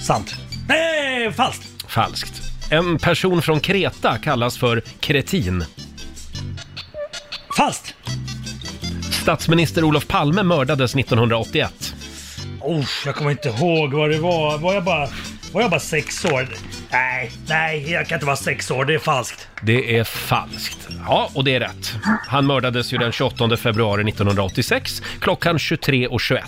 S6: Sant. Nej, falskt!
S1: Falskt. En person från Kreta kallas för kretin.
S6: Falskt!
S1: Statsminister Olof Palme mördades 1981.
S6: Oh, jag kommer inte ihåg vad det var. Var jag bara, var jag bara sex år? Nej, nej, jag kan inte vara sex år. Det är falskt.
S1: Det är falskt. Ja, och det är rätt. Han mördades ju den 28 februari 1986 klockan 23.21.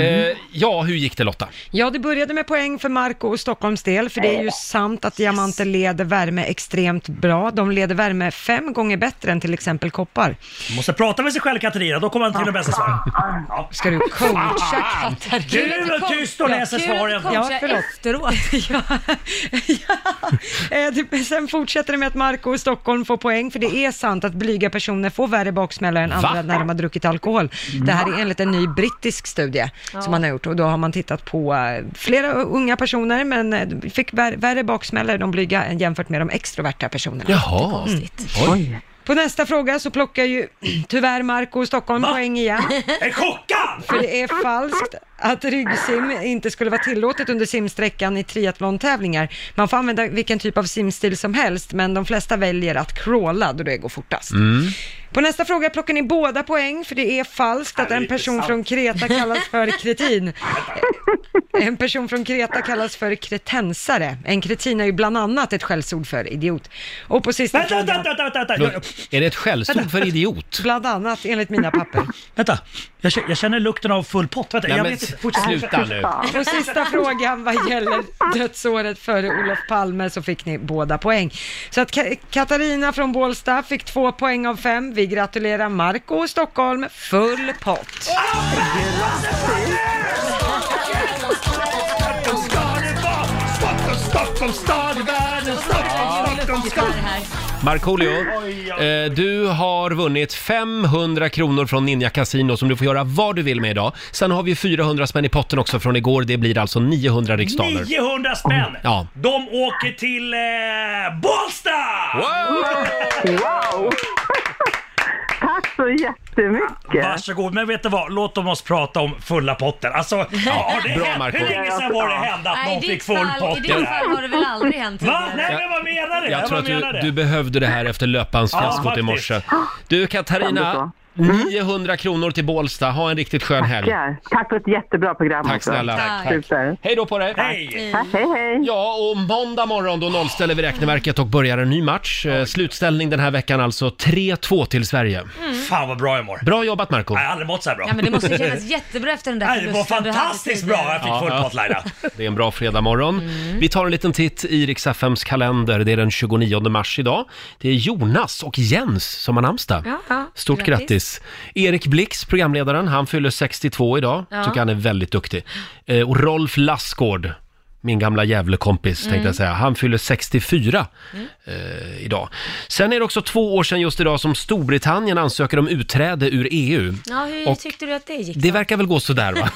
S1: Eh, ja, hur gick det Lotta?
S3: Ja, det började med poäng för Marco och Stockholms del, för
S10: Eh,
S3: det är ju sant att diamanter leder värme extremt bra. De leder värme fem gånger bättre än till exempel koppar.
S6: Du måste prata med sig själv Katarina, då kommer han till de bästa
S10: [laughs]
S6: svaren. Ja.
S3: Ska du coacha
S6: Katarina? Du var tyst och läser svaren.
S3: Ja,
S2: [laughs] Ja,
S3: förlåt.
S2: efteråt.
S3: Eh, det- Sen fortsätter det med att Marco och Stockholm får poäng, för det är sant att blyga personer får värre baksmälla än andra
S2: Va?
S3: när de har druckit alkohol. Det här är enligt en ny brittisk studie
S2: Ja.
S3: som man har gjort och då har man tittat på eh, flera unga personer, men eh, de fick vär- värre baksmällor de blyga än jämfört med de extroverta personerna.
S1: Jaha.
S3: Mm.
S1: Oj.
S3: På nästa fråga så plockar ju [clears throat] tyvärr Marco Stockholm poäng igen.
S6: Är chockad!
S3: För det är falskt att ryggsim inte skulle vara tillåtet under simsträckan i triathlon-tävlingar. Man får använda vilken typ av simstil som helst, men de flesta väljer att crawla då det går fortast.
S15: Mm.
S3: På nästa fråga plockar ni båda poäng, för det är falskt att en person från Kreta kallas för
S6: [laughs]
S3: kretin. En person från Kreta kallas för kretensare. En kretin är ju bland annat ett skällsord för idiot. Och på sista
S6: Vänta, vänta, vänta, vänta, vänta.
S1: Är det ett skällsord för idiot?
S3: Bland annat, enligt mina papper.
S6: Vänta, jag känner, jag känner lukten av full pott. Vänta,
S1: Nej,
S6: jag
S1: men
S6: vet inte.
S1: s- sluta nu.
S3: Och sista frågan vad gäller dödsåret före Olof Palme så fick ni båda poäng. Så att Ka- Katarina från Bålsta fick två poäng av fem. Vi gratulerar Marco Stockholm, full pott.
S15: Stockholm ska det vara! Stockholm, Stockholm stad i världen! Stockholm, Stockholm ska...
S1: Markoolio,
S15: Oj,
S1: eh, du har vunnit 500 kronor från Ninja Casino som du får göra vad du vill med idag. Sen har vi 400 spänn i potten också från igår. Det blir alltså 900 riksdaler.
S6: 900 spänn!
S1: Ja.
S6: De åker till eh, Bålsta!
S16: Wow! Tack så jättemycket!
S6: Varsågod, men vet du vad? Låt om oss prata om fulla potten.
S2: [laughs]
S6: Alltså, har det
S1: Bra,
S6: hänt?
S1: Marco.
S6: Hur länge sedan var det hände att
S2: Nej, i
S6: någon fick
S2: ditt
S6: full
S2: fall,
S6: pott?
S2: i ditt fall har det väl aldrig hänt
S6: Va?
S2: tidigare?
S6: Nej, men vad menar du?
S1: Jag tror
S6: vad
S1: att
S6: menar
S1: du, du behövde det här efter löpansfiaskot
S6: Ja,
S1: i morse. Du Katarina, 900 kronor till Bålsta. Ha en riktigt skön helg.
S16: Tackar. Tack för ett jättebra program
S1: Tack
S16: också.
S1: snälla. Tack.
S16: Super.
S1: Hej då på dig.
S16: Hej. Tack, hej, hej.
S1: Ja, och måndag morgon då nollställer vi räkneverket och börjar en ny match. Eh, Slutställning den här veckan alltså 3-2 till Sverige.
S6: Fan vad bra jag mår.
S1: Bra jobbat Marco
S6: Jag har aldrig mått så här bra.
S2: Mm. Ja, men det måste kännas jättebra efter den där
S6: Nej, det var
S2: förlusten du hade
S6: fantastiskt
S2: tidigare.
S6: bra. Jag fick
S1: Ja,
S6: full
S1: ja.
S6: pott Laila.
S1: Det är en bra fredagmorgon.
S2: Mm.
S1: Vi tar en liten titt i Rix FMs kalender. Det är den 29 mars idag. Det är Jonas och Jens som har namnsdag.
S2: Ja, ja.
S1: Stort grattis. Erik Blix, programledaren, han fyller 62 idag.
S2: Ja.
S1: Tycker han är väldigt duktig. Eh, och Rolf Lassgård, min gamla Gävlekompis
S11: Mm.
S1: tänkte jag säga. Han fyller 64
S2: Mm.
S1: eh, idag. Sen är det också två år sedan just idag som Storbritannien ansöker om utträde ur EU.
S2: Ja, hur
S1: Och
S2: tyckte du att det gick?
S1: det verkar väl gå sådär
S2: [laughs]
S1: va?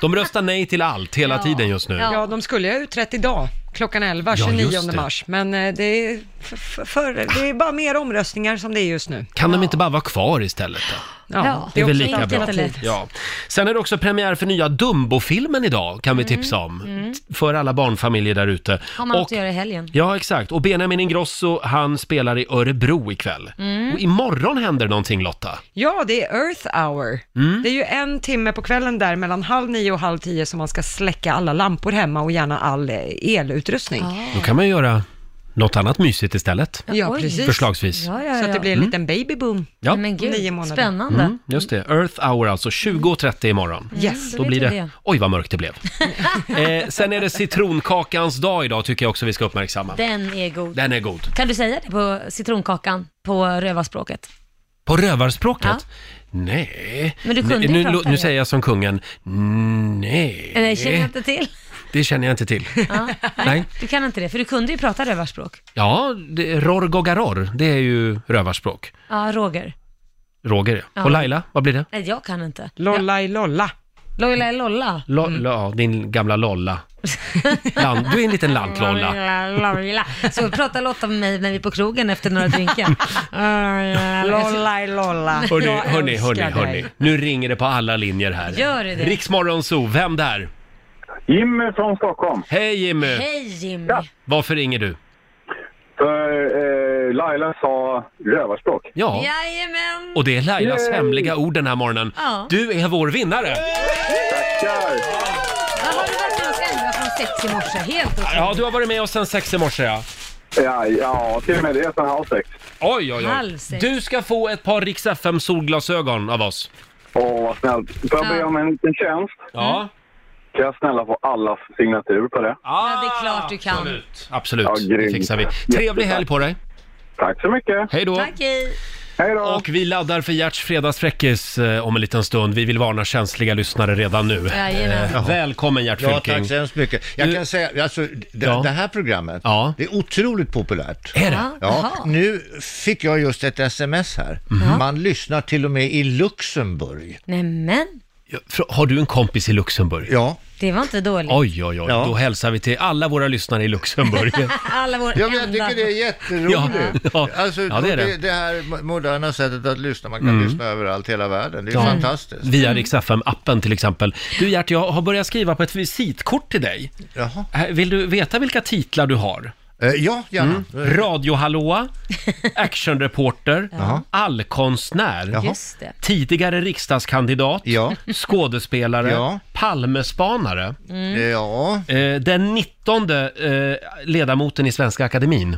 S1: De röstar nej till allt hela
S2: Ja.
S1: tiden just nu.
S3: Ja, de skulle ju ha utrett idag, klockan 11,
S1: Ja,
S3: 29
S1: just det.
S3: mars. Men eh, det är, f- f- för, det är bara mer omröstningar som det är just nu.
S1: Kan de inte bara vara kvar istället då?
S3: Ja,
S1: Det är väl
S3: också
S1: lika
S3: ett
S1: bra.
S3: alternativ.
S1: Ja. Sen är det också premiär för nya Dumbo-filmen idag, kan vi
S2: Mm,
S1: tipsa om.
S2: mm.
S1: För alla barnfamiljer där ute.
S2: Har man något
S1: Och-
S2: att göra i helgen?
S1: Ja, exakt. Och Benjamin Ingrosso, han spelar i Örebro ikväll. Och imorgon händer någonting Lotta.
S3: Ja, det är Earth hour.
S1: Mm.
S3: Det är ju en timme på kvällen där mellan halv nio och halv tio som man ska släcka alla lampor hemma och gärna all eh, elutrustning.
S1: Då kan man ju göra något annat mysigt istället.
S3: Ja, Oj. precis.
S1: Förslagsvis. Mm.
S3: Så att det blir en liten babyboom
S1: Ja.
S3: om nio månader.
S1: Mm, just det. Earth hour alltså, 20.30 imorgon.
S3: Mm, Yes. då
S1: Då
S3: vet
S1: blir
S3: vi
S1: det...
S3: det.
S1: Oj, vad mörkt det [laughs] blev. eh, sen är det citronkakans dag idag, tycker jag också vi ska uppmärksamma.
S2: Den är god.
S1: Den är god.
S2: Kan du säga det på citronkakan på rövarspråket?
S1: På rövarspråket?
S2: Ja.
S1: Nej.
S2: Men du kunde
S1: Nej,
S2: ju
S1: nu,
S2: prata
S1: nu, nu
S2: det.
S1: säger jag som kungen. Nej.
S2: Eller känner jag inte till?
S1: Det känner jag inte till.
S2: [laughs] Ja.
S1: Nej.
S2: Du kan inte det, för du kunde ju prata rövarspråk.
S1: Ja, det, rorg och garor, det är ju rövarspråk.
S2: Ja, Roger.
S1: Roger, ja.
S2: Ja.
S1: Och Laila, vad blir det?
S2: Nej, jag kan inte.
S3: Lollaj lolla.
S2: Lolla är lolla.
S1: Lo, lo, ja, din gamla Lolla. Land, du är en liten lantlolla.
S2: Lolla, lolla. Så pratar Lotta med mig när vi är på krogen efter
S1: [laughs]
S2: några drinkar. Ah,
S3: Lollaj lolla.
S1: Hörni,
S3: Jag
S1: hörni,
S3: älskar
S1: hörni,
S3: dig.
S1: hörni. Nu ringer det på alla linjer här.
S2: Gör det det?
S1: Riksmorgon Zoo, vem där?
S10: Jimmy från Stockholm.
S1: Hej Jimmy!
S2: Hej Jimmy!
S1: Varför ringer du?
S10: För eh, Laila sa rövarspråk.
S1: Ja.
S2: Jajamän!
S1: Och det är Lailas
S10: Yay!
S1: hemliga ord den här morgonen.
S2: Ja.
S1: Du är vår vinnare!
S2: Vad har du varit med oss ända från sex i morse? Helt otroligt.
S1: Ja, du har varit med oss sedan sex i morse ja.
S10: Ja, ja till och med det är sen halv sex.
S1: Oj, oj,
S2: Halv
S1: oj.
S2: sex.
S1: Du ska få ett par Rix FM solglasögon av oss.
S10: Åh, vad snällt. Får jag be om en liten tjänst?
S2: Mm.
S1: Ja.
S10: Kan jag snälla få allas signatur på det?
S2: Ja, det är klart du kan.
S1: Absolut,
S10: Ja,
S1: det
S10: grymt.
S1: fixar vi. Trevlig helg på dig.
S10: Tack så mycket.
S1: Hej då.
S2: Tack, hej.
S1: Och vi laddar för Gerts fredagsfräckis eh, om en liten stund. Vi vill varna känsliga lyssnare redan nu.
S2: Jajamän.
S1: Eh, Välkommen Gert
S12: Ja,
S1: Fylking.
S12: tack så hemskt mycket. Jag kan säga, alltså, det,
S1: Ja.
S12: det här programmet, det är otroligt populärt.
S1: Är det?
S12: Ja,
S1: Jaha.
S12: nu fick jag
S1: Mhm.
S12: just ett sms här. Man lyssnar till och med i Luxemburg.
S2: Nämen!
S1: Fr- Har du en kompis i Luxemburg?
S8: Ja.
S2: Det var inte dåligt.
S1: Oj, oj, oj. Då hälsar vi till alla våra lyssnare i Luxemburg.
S2: Alla våra
S8: Ja, men jag
S2: enda-
S8: tycker det är jätteroligt.
S1: Ja.
S8: Alltså,
S1: Ja, det är det.
S8: det. här moderna sättet att lyssna, man kan
S1: Mm.
S8: lyssna överallt, hela världen. Det är
S1: Ja.
S8: fantastiskt.
S1: Via Rix FM-appen till exempel. Du Gert, jag har börjat skriva på ett visitkort till dig. Här, Vill du veta vilka titlar du har?
S8: Eh, ja, gärna. Eh.
S1: Mm.
S8: [laughs]
S1: Radiohallåa, actionreporter, allkonstnär,
S2: Just det.
S1: tidigare riksdagskandidat, skådespelare,
S8: Ja.
S1: Palmespanare.
S2: Mm.
S1: Eh, Den 19 eh, ledamoten i Svenska Akademin.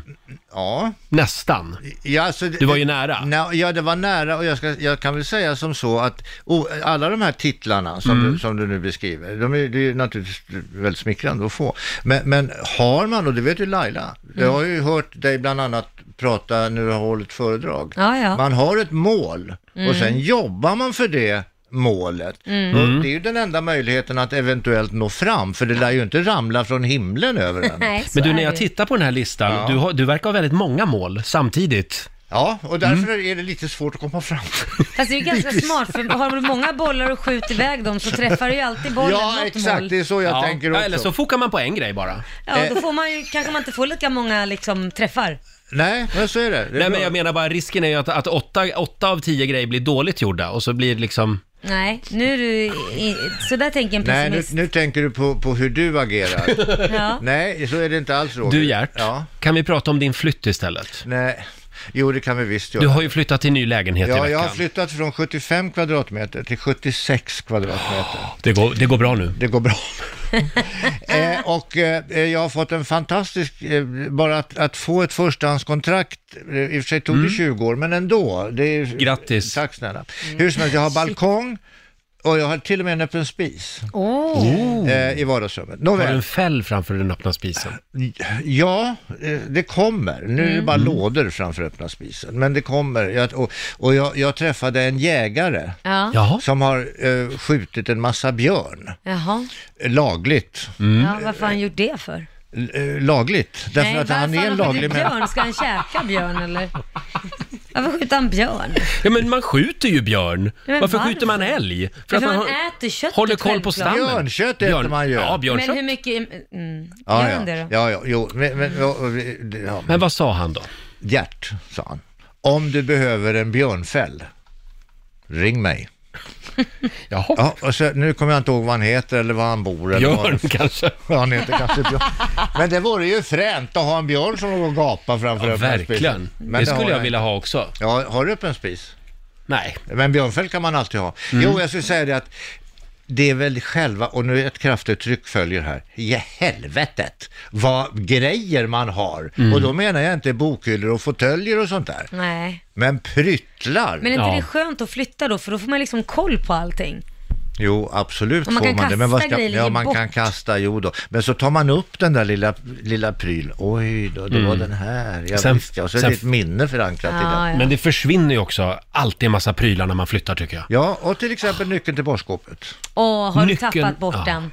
S8: Ja.
S1: Nästan.
S8: Ja, alltså,
S1: Du var ju nära.
S8: Na, ja, det var nära och jag, ska, jag kan väl säga som så att oh, alla de här titlarna som,
S1: Mm.
S8: du, som du nu beskriver, de är, det är ju naturligtvis väldigt smickrande att få. Men, men har man, och det vet ju Laila, jag har ju hört dig bland annat prata när du har hållit föredrag.
S2: Ja, ja.
S8: Man har ett mål
S2: Mm.
S8: och sen jobbar man för det målet.
S2: Mm.
S8: Och det är ju den enda möjligheten att eventuellt nå fram, för det lär ju inte ramla från himlen över den.
S2: Nej, så
S1: Men du,
S2: är
S1: när jag
S2: det.
S1: tittar på den här listan,
S8: Ja.
S1: du, har, du verkar ha väldigt många mål samtidigt.
S8: Ja, och därför är det lite svårt att
S1: [laughs]
S8: komma fram.
S2: Fast det är ju ganska smart, för har du många bollar och skjuter iväg dem så träffar du ju alltid bollen något mål.
S1: Ja.
S8: tänker
S1: Eller
S8: också.
S1: så fokar man på en grej bara.
S2: Ja,
S8: Eh.
S2: då får man ju, kanske man inte får lika många liksom, träffar.
S8: Nej, men så är det.
S1: Nej, men jag menar bara risken är ju att, att åtta, åtta av tio grejer blir dåligt gjorda och så blir det liksom...
S2: Nej, nu är du... I, så där tänker en
S8: Nej, nu,
S2: pessimist.
S8: nu tänker du på, på hur du agerar.
S1: [laughs]
S2: Ja.
S8: Nej, så är det inte alls Roger.
S1: Du Gert,
S8: Ja.
S1: kan vi prata om din flytt istället?
S8: Nej. Jo, det kan vi visst göra.
S1: Du har ju flyttat till ny lägenhet i
S8: ja,
S1: veckan.
S8: jag har flyttat från 75 kvadratmeter till 76 kvadratmeter.
S1: Det går, det går bra nu.
S8: Det
S1: [laughs]
S8: går bra. eh, och eh, jag har fått en fantastisk, eh, bara att, att få ett förstahandskontrakt, eh, i och för sig tog det 20 år, men ändå. Det är,
S1: Mm. Grattis. Mm.
S8: Tack snälla. Hur som
S1: [laughs]
S8: helst, jag har balkong och jag har till och med en öppen spis
S2: Åh.
S8: eh, i vardagsrummet.
S1: Har
S8: Nåväl.
S1: du en fäll framför den öppna spisen?
S8: Ja, eh, det kommer. Nu är det
S1: Mm.
S8: bara
S1: Mm.
S8: lådor framför öppna spisen. Men det kommer. Jag, och och jag, jag träffade en jägare
S2: Ja. Jaha.
S8: som har eh, skjutit en massa björn.
S2: Jaha.
S8: eh, Lagligt.
S2: Ja, varför har han gjort det för?
S8: L- eh, Lagligt. Därför
S2: Nej,
S8: att han
S2: varför
S8: Mm. är en
S2: har skjutit
S8: laglig
S2: björn? Ska han käka björn eller? Varför skjuter han björn?
S1: Ja, men man skjuter ju björn.
S2: Men
S1: varför,
S2: varför?
S1: skjuter man älg?
S2: För att man,
S1: har-
S2: äter köttet
S1: håller koll på
S2: självklart.
S1: stammen. Björn- Ja,
S2: Men
S1: björnkött.
S2: hur mycket... Mm,
S8: Ja,
S2: gör han
S8: ja.
S2: det då?
S8: ja, ja, jo, men, men, ja, ja.
S1: men vad sa han då?
S8: Gert, sa han. Om du behöver en björnfäll, ring mig.
S1: Jaha.
S8: Ja, och så, nu kommer jag inte ihåg vad han heter eller var han bor. Eller
S1: Björn,
S8: vad han,
S1: kanske.
S8: Ja, han heter kanske Björn. Men det vore ju fränt att ha en björn som låg och gapade framför
S1: Ja,
S8: öppen spis.
S1: verkligen.
S8: Men
S1: det skulle
S8: har
S1: jag
S8: han
S1: vilja ha också.
S8: Ja, har du öppen spis?
S1: Nej.
S8: Men björnfäll kan man alltid ha.
S1: Mm.
S8: Jo, jag skulle säga det att det är väl själva, och nu är ett kraftuttryck följer här, i helvetet vad grejer man har. Och då menar jag inte bokhyllor och fåtöljer och sånt där.
S2: Nej.
S8: Men pryttlar!
S2: Men är inte det skönt att flytta då? För då får man liksom koll på allting.
S8: Jo, absolut
S2: Och man
S8: får
S2: kan
S8: man det. Men vad
S2: kasta
S8: ska,
S2: grejer
S8: ja, man
S2: bort.
S8: kan kasta, jo då. Men så tar man upp den där lilla, lilla pryl. Oj då, det
S1: Mm.
S8: var den här. Jag
S1: Sen-
S8: visste, och så är
S1: sen-
S8: det ett minne förankrat i den.
S1: Men det försvinner ju också alltid en massa prylar när man flyttar tycker jag.
S8: Ja, och till exempel nyckeln till barskåpet.
S2: Åh, har
S1: Nyckeln-
S2: du tappat bort
S1: Ja.
S2: den?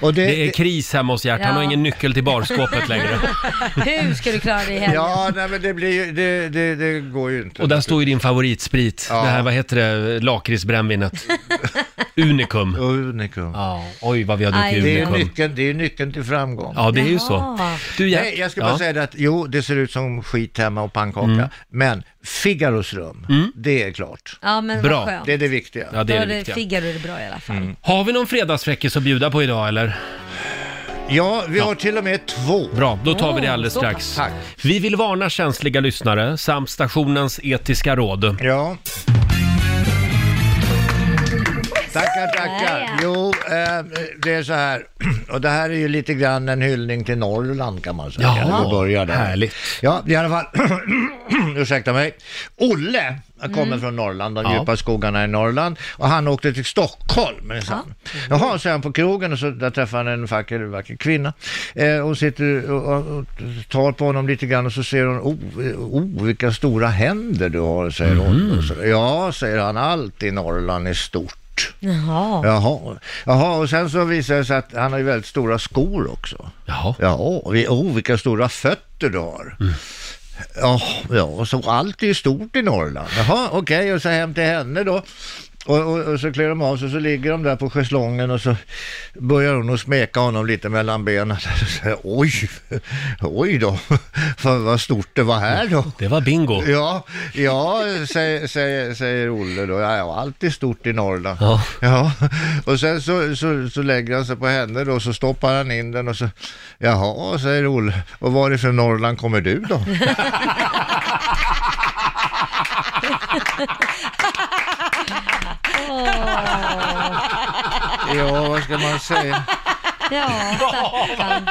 S8: Och
S1: det, är kris hemma hos Gert, han har
S2: Ja.
S1: ingen nyckel till barskåpet längre.
S2: Hur ska du klara
S1: [laughs]
S2: dig i helgen?
S8: Ja, nej, men det, blir ju, det, det, det går ju inte.
S1: Och där står ju din favoritsprit, det här, vad heter det, lakritsbrännvinet? Unikum.
S8: Unikum.
S1: Ja, oj vad vi har
S8: Aj,
S1: druckit
S8: det är
S1: unikum.
S8: nyckeln, det är nyckeln till framgång.
S1: Ja, det är ju så. Du, Gert,
S8: Nej, jag ska bara
S1: ja.
S8: säga det att jo, det ser ut som skit hemma och pannkaka,
S1: Mm.
S8: men Figaros rum, det är klart.
S2: Ja, men vad Bra. skönt.
S8: Det är det viktiga.
S1: Ja, det
S2: Då
S1: är
S2: har
S1: det
S2: det
S1: viktiga. Mm.
S2: Figaro är det bra i alla fall.
S1: Har vi någon fredagsfräckis att bjuda på idag eller?
S8: Ja, vi har till och med två.
S1: Bra, då tar vi det
S8: Åh,
S1: alldeles
S8: så
S1: strax.
S8: pass. Tack.
S1: Vi vill varna känsliga lyssnare samt stationens etiska råd.
S8: Ja. Tackar, tackar. Jo, eh, det är så här, och det här är ju lite grann en hyllning till Norrland kan man säga.
S1: Jaha,
S8: Vi börjar där.
S1: härligt.
S8: Ja, i alla fall, [clears throat] ursäkta mig. Olle kommer
S1: Mm.
S8: från Norrland, de
S1: Ja.
S8: djupa skogarna i Norrland, och han åkte till Stockholm minsann. Jaha, så är han på krogen och så där träffar han en vacker, vacker kvinna. Eh, hon sitter och, och, och tar på honom lite grann och så ser hon, oh, eh, oh vilka stora händer du har, säger hon. Och så, ja, säger han, allt i Norrland är stort.
S2: Jaha.
S8: Jaha. Jaha, och sen så visar det sig att han har ju väldigt stora skor också.
S1: Jaha.
S8: Ja, och vi- oh, vilka stora fötter du har. Ja, ja, så allt är ju stort i Norrland. Jaha, okej, och så hem till henne då. Och, och, och så klär de av sig, så ligger de där på schäslongen och så börjar hon att smeka honom lite mellan benen. Och så säger, oj, oj då, för vad stort det var här då.
S1: Det var bingo.
S8: Ja, ja säger, säger, säger Olle då. Ja, ja, allt är stort i Norrland.
S1: Ja.
S8: Och sen så, så, så lägger han sig på henne då, så stoppar han in den och så, jaha, säger Olle, och varifrån Norrland kommer du då? Ja, vad ska man säga?
S2: Ja, stackarn.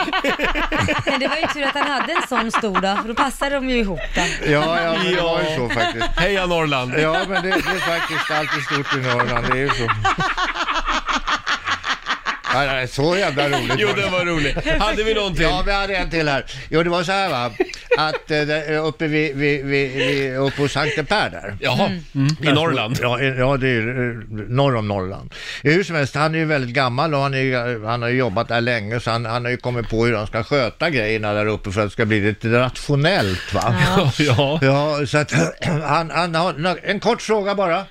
S2: Men det var ju tur att han hade en sån stor då, för då passade de ju ihop den.
S8: Ja, ja, men det var ju så faktiskt.
S1: Heja Norrland!
S8: Ja, men det, det är faktiskt alltid stort i Norrland, det är
S1: [laughs]
S8: ju så. Ja, det är så jävla roligt.
S1: [laughs] Jo, den var rolig. Hade vi någon till?
S8: Ja, vi hade en till här. Jo, det var så här va, att eh, där uppe, vid, vid, vid, vid, uppe hos Sankte Per där.
S1: Jaha, Mm. i Norrland.
S8: Ja, i- ja, det är ju, eh, norr om Norrland. Hur som helst, han är ju väldigt gammal och han, är, ju- han har ju jobbat där länge så han, han har ju kommit på hur han ska sköta grejerna där uppe för att det ska bli lite rationellt va.
S1: [laughs] Ja.
S8: Ja, så att [clears throat] han, han har nå- en kort fråga bara.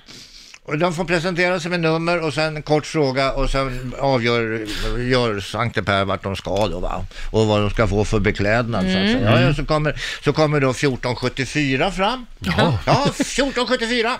S8: Och De får presentera sig med nummer och sen en kort fråga och sen avgör gör Sankte Per vart de ska då va? Och vad de ska få för beklädnad så
S12: Mm.
S8: att säga. Ja, ja, så, kommer, så kommer då 1474 fram.
S12: Jaha.
S8: Ja, 1474.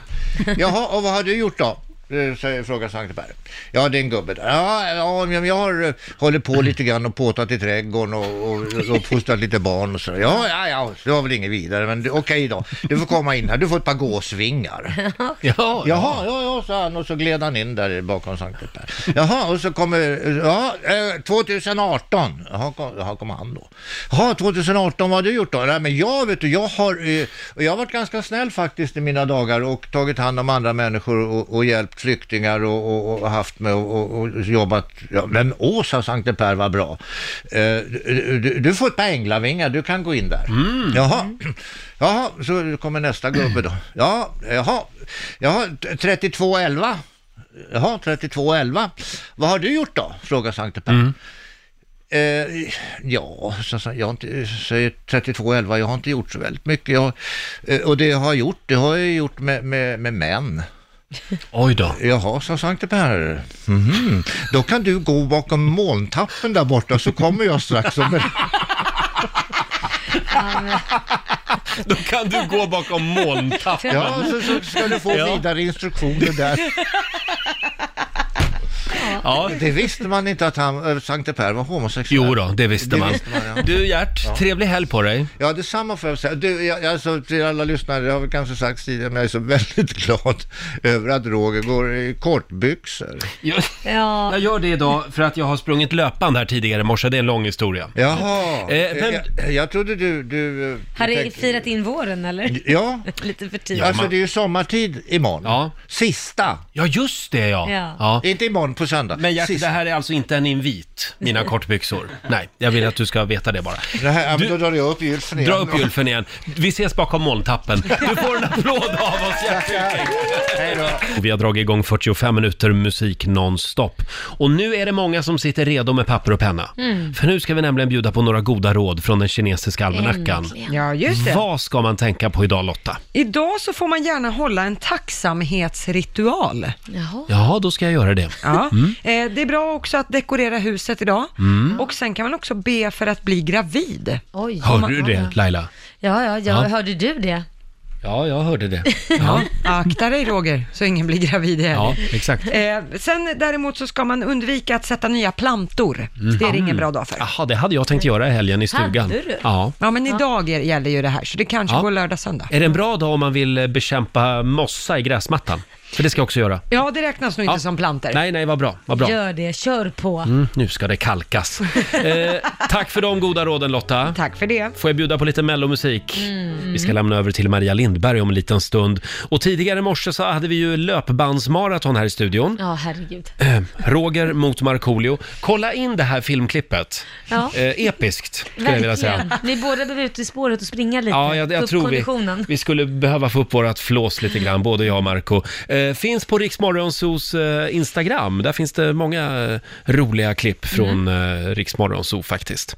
S8: Jaha, och vad har du gjort då? Eh, säger- Frågar Sankte Per. Ja, det är en gubbe där. Ja, ja, men jag har eh, hållit på lite grann och påtat i trädgården och, och uppfostrat lite barn och så. Ja, ja, ja, det var väl inget vidare, men du- okej då. Du får komma in här, du får ett par gåsvingar.
S12: Ja.
S8: Jaha, ja, ja, sa han och så gled han in där bakom Sankte Per. Jaha, och så kommer, ja, eh, 2018, jaha, kom, jaha, kom han då. Jaha, 2018, vad har du gjort då? Nej, men jag vet du, jag har, eh, jag har varit ganska snäll faktiskt i mina dagar och tagit hand om andra människor och, och hjälpt flyktingar och, och, och haft med och, och, och jobbat. Ja, men åh, sa Sankte Per, vad bra. Eh, du, du, du får ett par änglavingar, du kan gå in där. Jaha. Jaha, så kommer nästa gubbe då. Ja, jaha. Jaha, 3211. Jaha, 3211. Vad har du gjort då? Frågar Sankte Per. Eh, ja, så, så, jag har inte, säger 3211, jag har inte gjort så väldigt mycket. Jag, eh, och det jag har gjort, det har jag gjort med, med, med män.
S1: Oj då.
S8: Jaha, sa Sankte Per. Mhm. Då kan du gå bakom molntappen där borta så kommer jag strax. [laughs] Och med...
S1: Då kan du gå bakom [laughs] molntappen.
S8: Ja, så, så ska du få
S1: Ja.
S8: vidare instruktioner där.
S1: Ja.
S8: Det visste man inte att han, eh, Sankte Per var homosexuell.
S1: Jo då, det visste man. Du Gert, trevlig helg på dig.
S8: Ja, detsamma får jag säga. Du, jag, alltså, till alla lyssnare, det har vi kanske sagt tidigare, men jag är så [laughs] väldigt glad över att Roger går i kortbyxor.
S1: Jag,
S2: Ja.
S1: jag gör det idag för att jag har sprungit löpande här tidigare i morse, det är en lång historia.
S8: Jaha,
S1: Eh, men-
S8: jag, jag trodde du... du eh,
S2: Har du
S8: tänkte-
S2: firat in våren eller?
S8: Ja,
S2: [laughs] Lite för tidigt.
S8: alltså det är ju sommartid imorgon.
S1: Ja.
S8: Sista.
S1: Ja, just det ja.
S2: Ja.
S8: Inte imorgon, på söndag.
S1: Men Gert,
S8: Sista.
S1: det här är alltså inte en invit, mina kortbyxor. Nej, jag vill att du ska veta det bara.
S8: Det här, ja, men då drar jag upp gylfen igen.
S1: Dra upp gylfen igen. Vi ses bakom molntappen. Du får en applåd av
S8: [laughs]
S1: oss, Gert Fylking.
S8: Hej då.
S1: Och vi har dragit igång 45 minuter musik nonstop. Och nu är det många som sitter redo med papper och penna.
S3: Mm.
S1: För nu ska vi nämligen bjuda på några goda råd från den kinesiska almanackan.
S3: Ja, just det.
S1: Vad ska man tänka på idag Lotta?
S3: Idag så får man gärna hålla en tacksamhetsritual.
S1: Jaha, då ska jag göra det.
S3: Ja.
S1: Mm.
S3: Eh, det är bra också att dekorera huset idag.
S1: Mm.
S3: Och sen kan man också be för att bli gravid.
S2: Oj.
S1: Hörde du det Laila?
S2: Ja, ja, ja,
S1: Ja.
S2: hörde du det?
S1: Ja, jag hörde det.
S3: Ja. Akta dig Roger, så ingen blir gravid
S1: [laughs]
S3: i
S1: Ja,
S3: helgen.
S1: exakt.
S3: Eh, sen däremot så ska man undvika att sätta nya plantor.
S1: Mm.
S3: Det är det ingen bra dag för.
S1: Jaha, det hade jag tänkt göra i helgen i stugan.
S3: Hade du?
S1: Ja.
S3: Ja, men idag är- gäller ju det här, så det kanske
S1: Ja.
S3: går lördag, söndag.
S1: Är det en bra dag om man vill eh, bekämpa mossa i gräsmattan? För det ska jag också göra.
S3: Ja, det räknas nog inte som plantor.
S1: Nej, nej, vad bra. Vad bra.
S2: Gör det, kör på.
S1: Mm, nu ska det kalkas. Eh, tack för de goda råden Lotta.
S3: Tack för det.
S1: Får jag bjuda på lite mellomusik?
S2: Mm.
S1: Vi ska lämna över till Maria Lindberg om en liten stund. Och tidigare i morse så hade vi ju löpbandsmaraton här i studion.
S2: Ja, herregud.
S1: Eh, Roger mot Markoolio. Kolla in det här filmklippet.
S2: Ja.
S1: Eh, episkt, skulle jag vilja
S2: Verkligen.
S1: säga.
S2: Ni båda behöver ut i spåret och springa lite.
S1: Ja, jag,
S2: Få
S1: jag
S2: upp
S1: tror vi,
S2: konditionen.
S1: vi skulle behöva få upp vårat flås lite grann, både jag och Marco Eh, finns på Riksmorgonsos eh, Instagram. Där finns det många eh, roliga klipp
S2: Mm.
S1: från eh, Riksmorgonso faktiskt.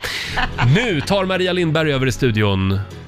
S1: Nu tar Maria Lindberg över i studion.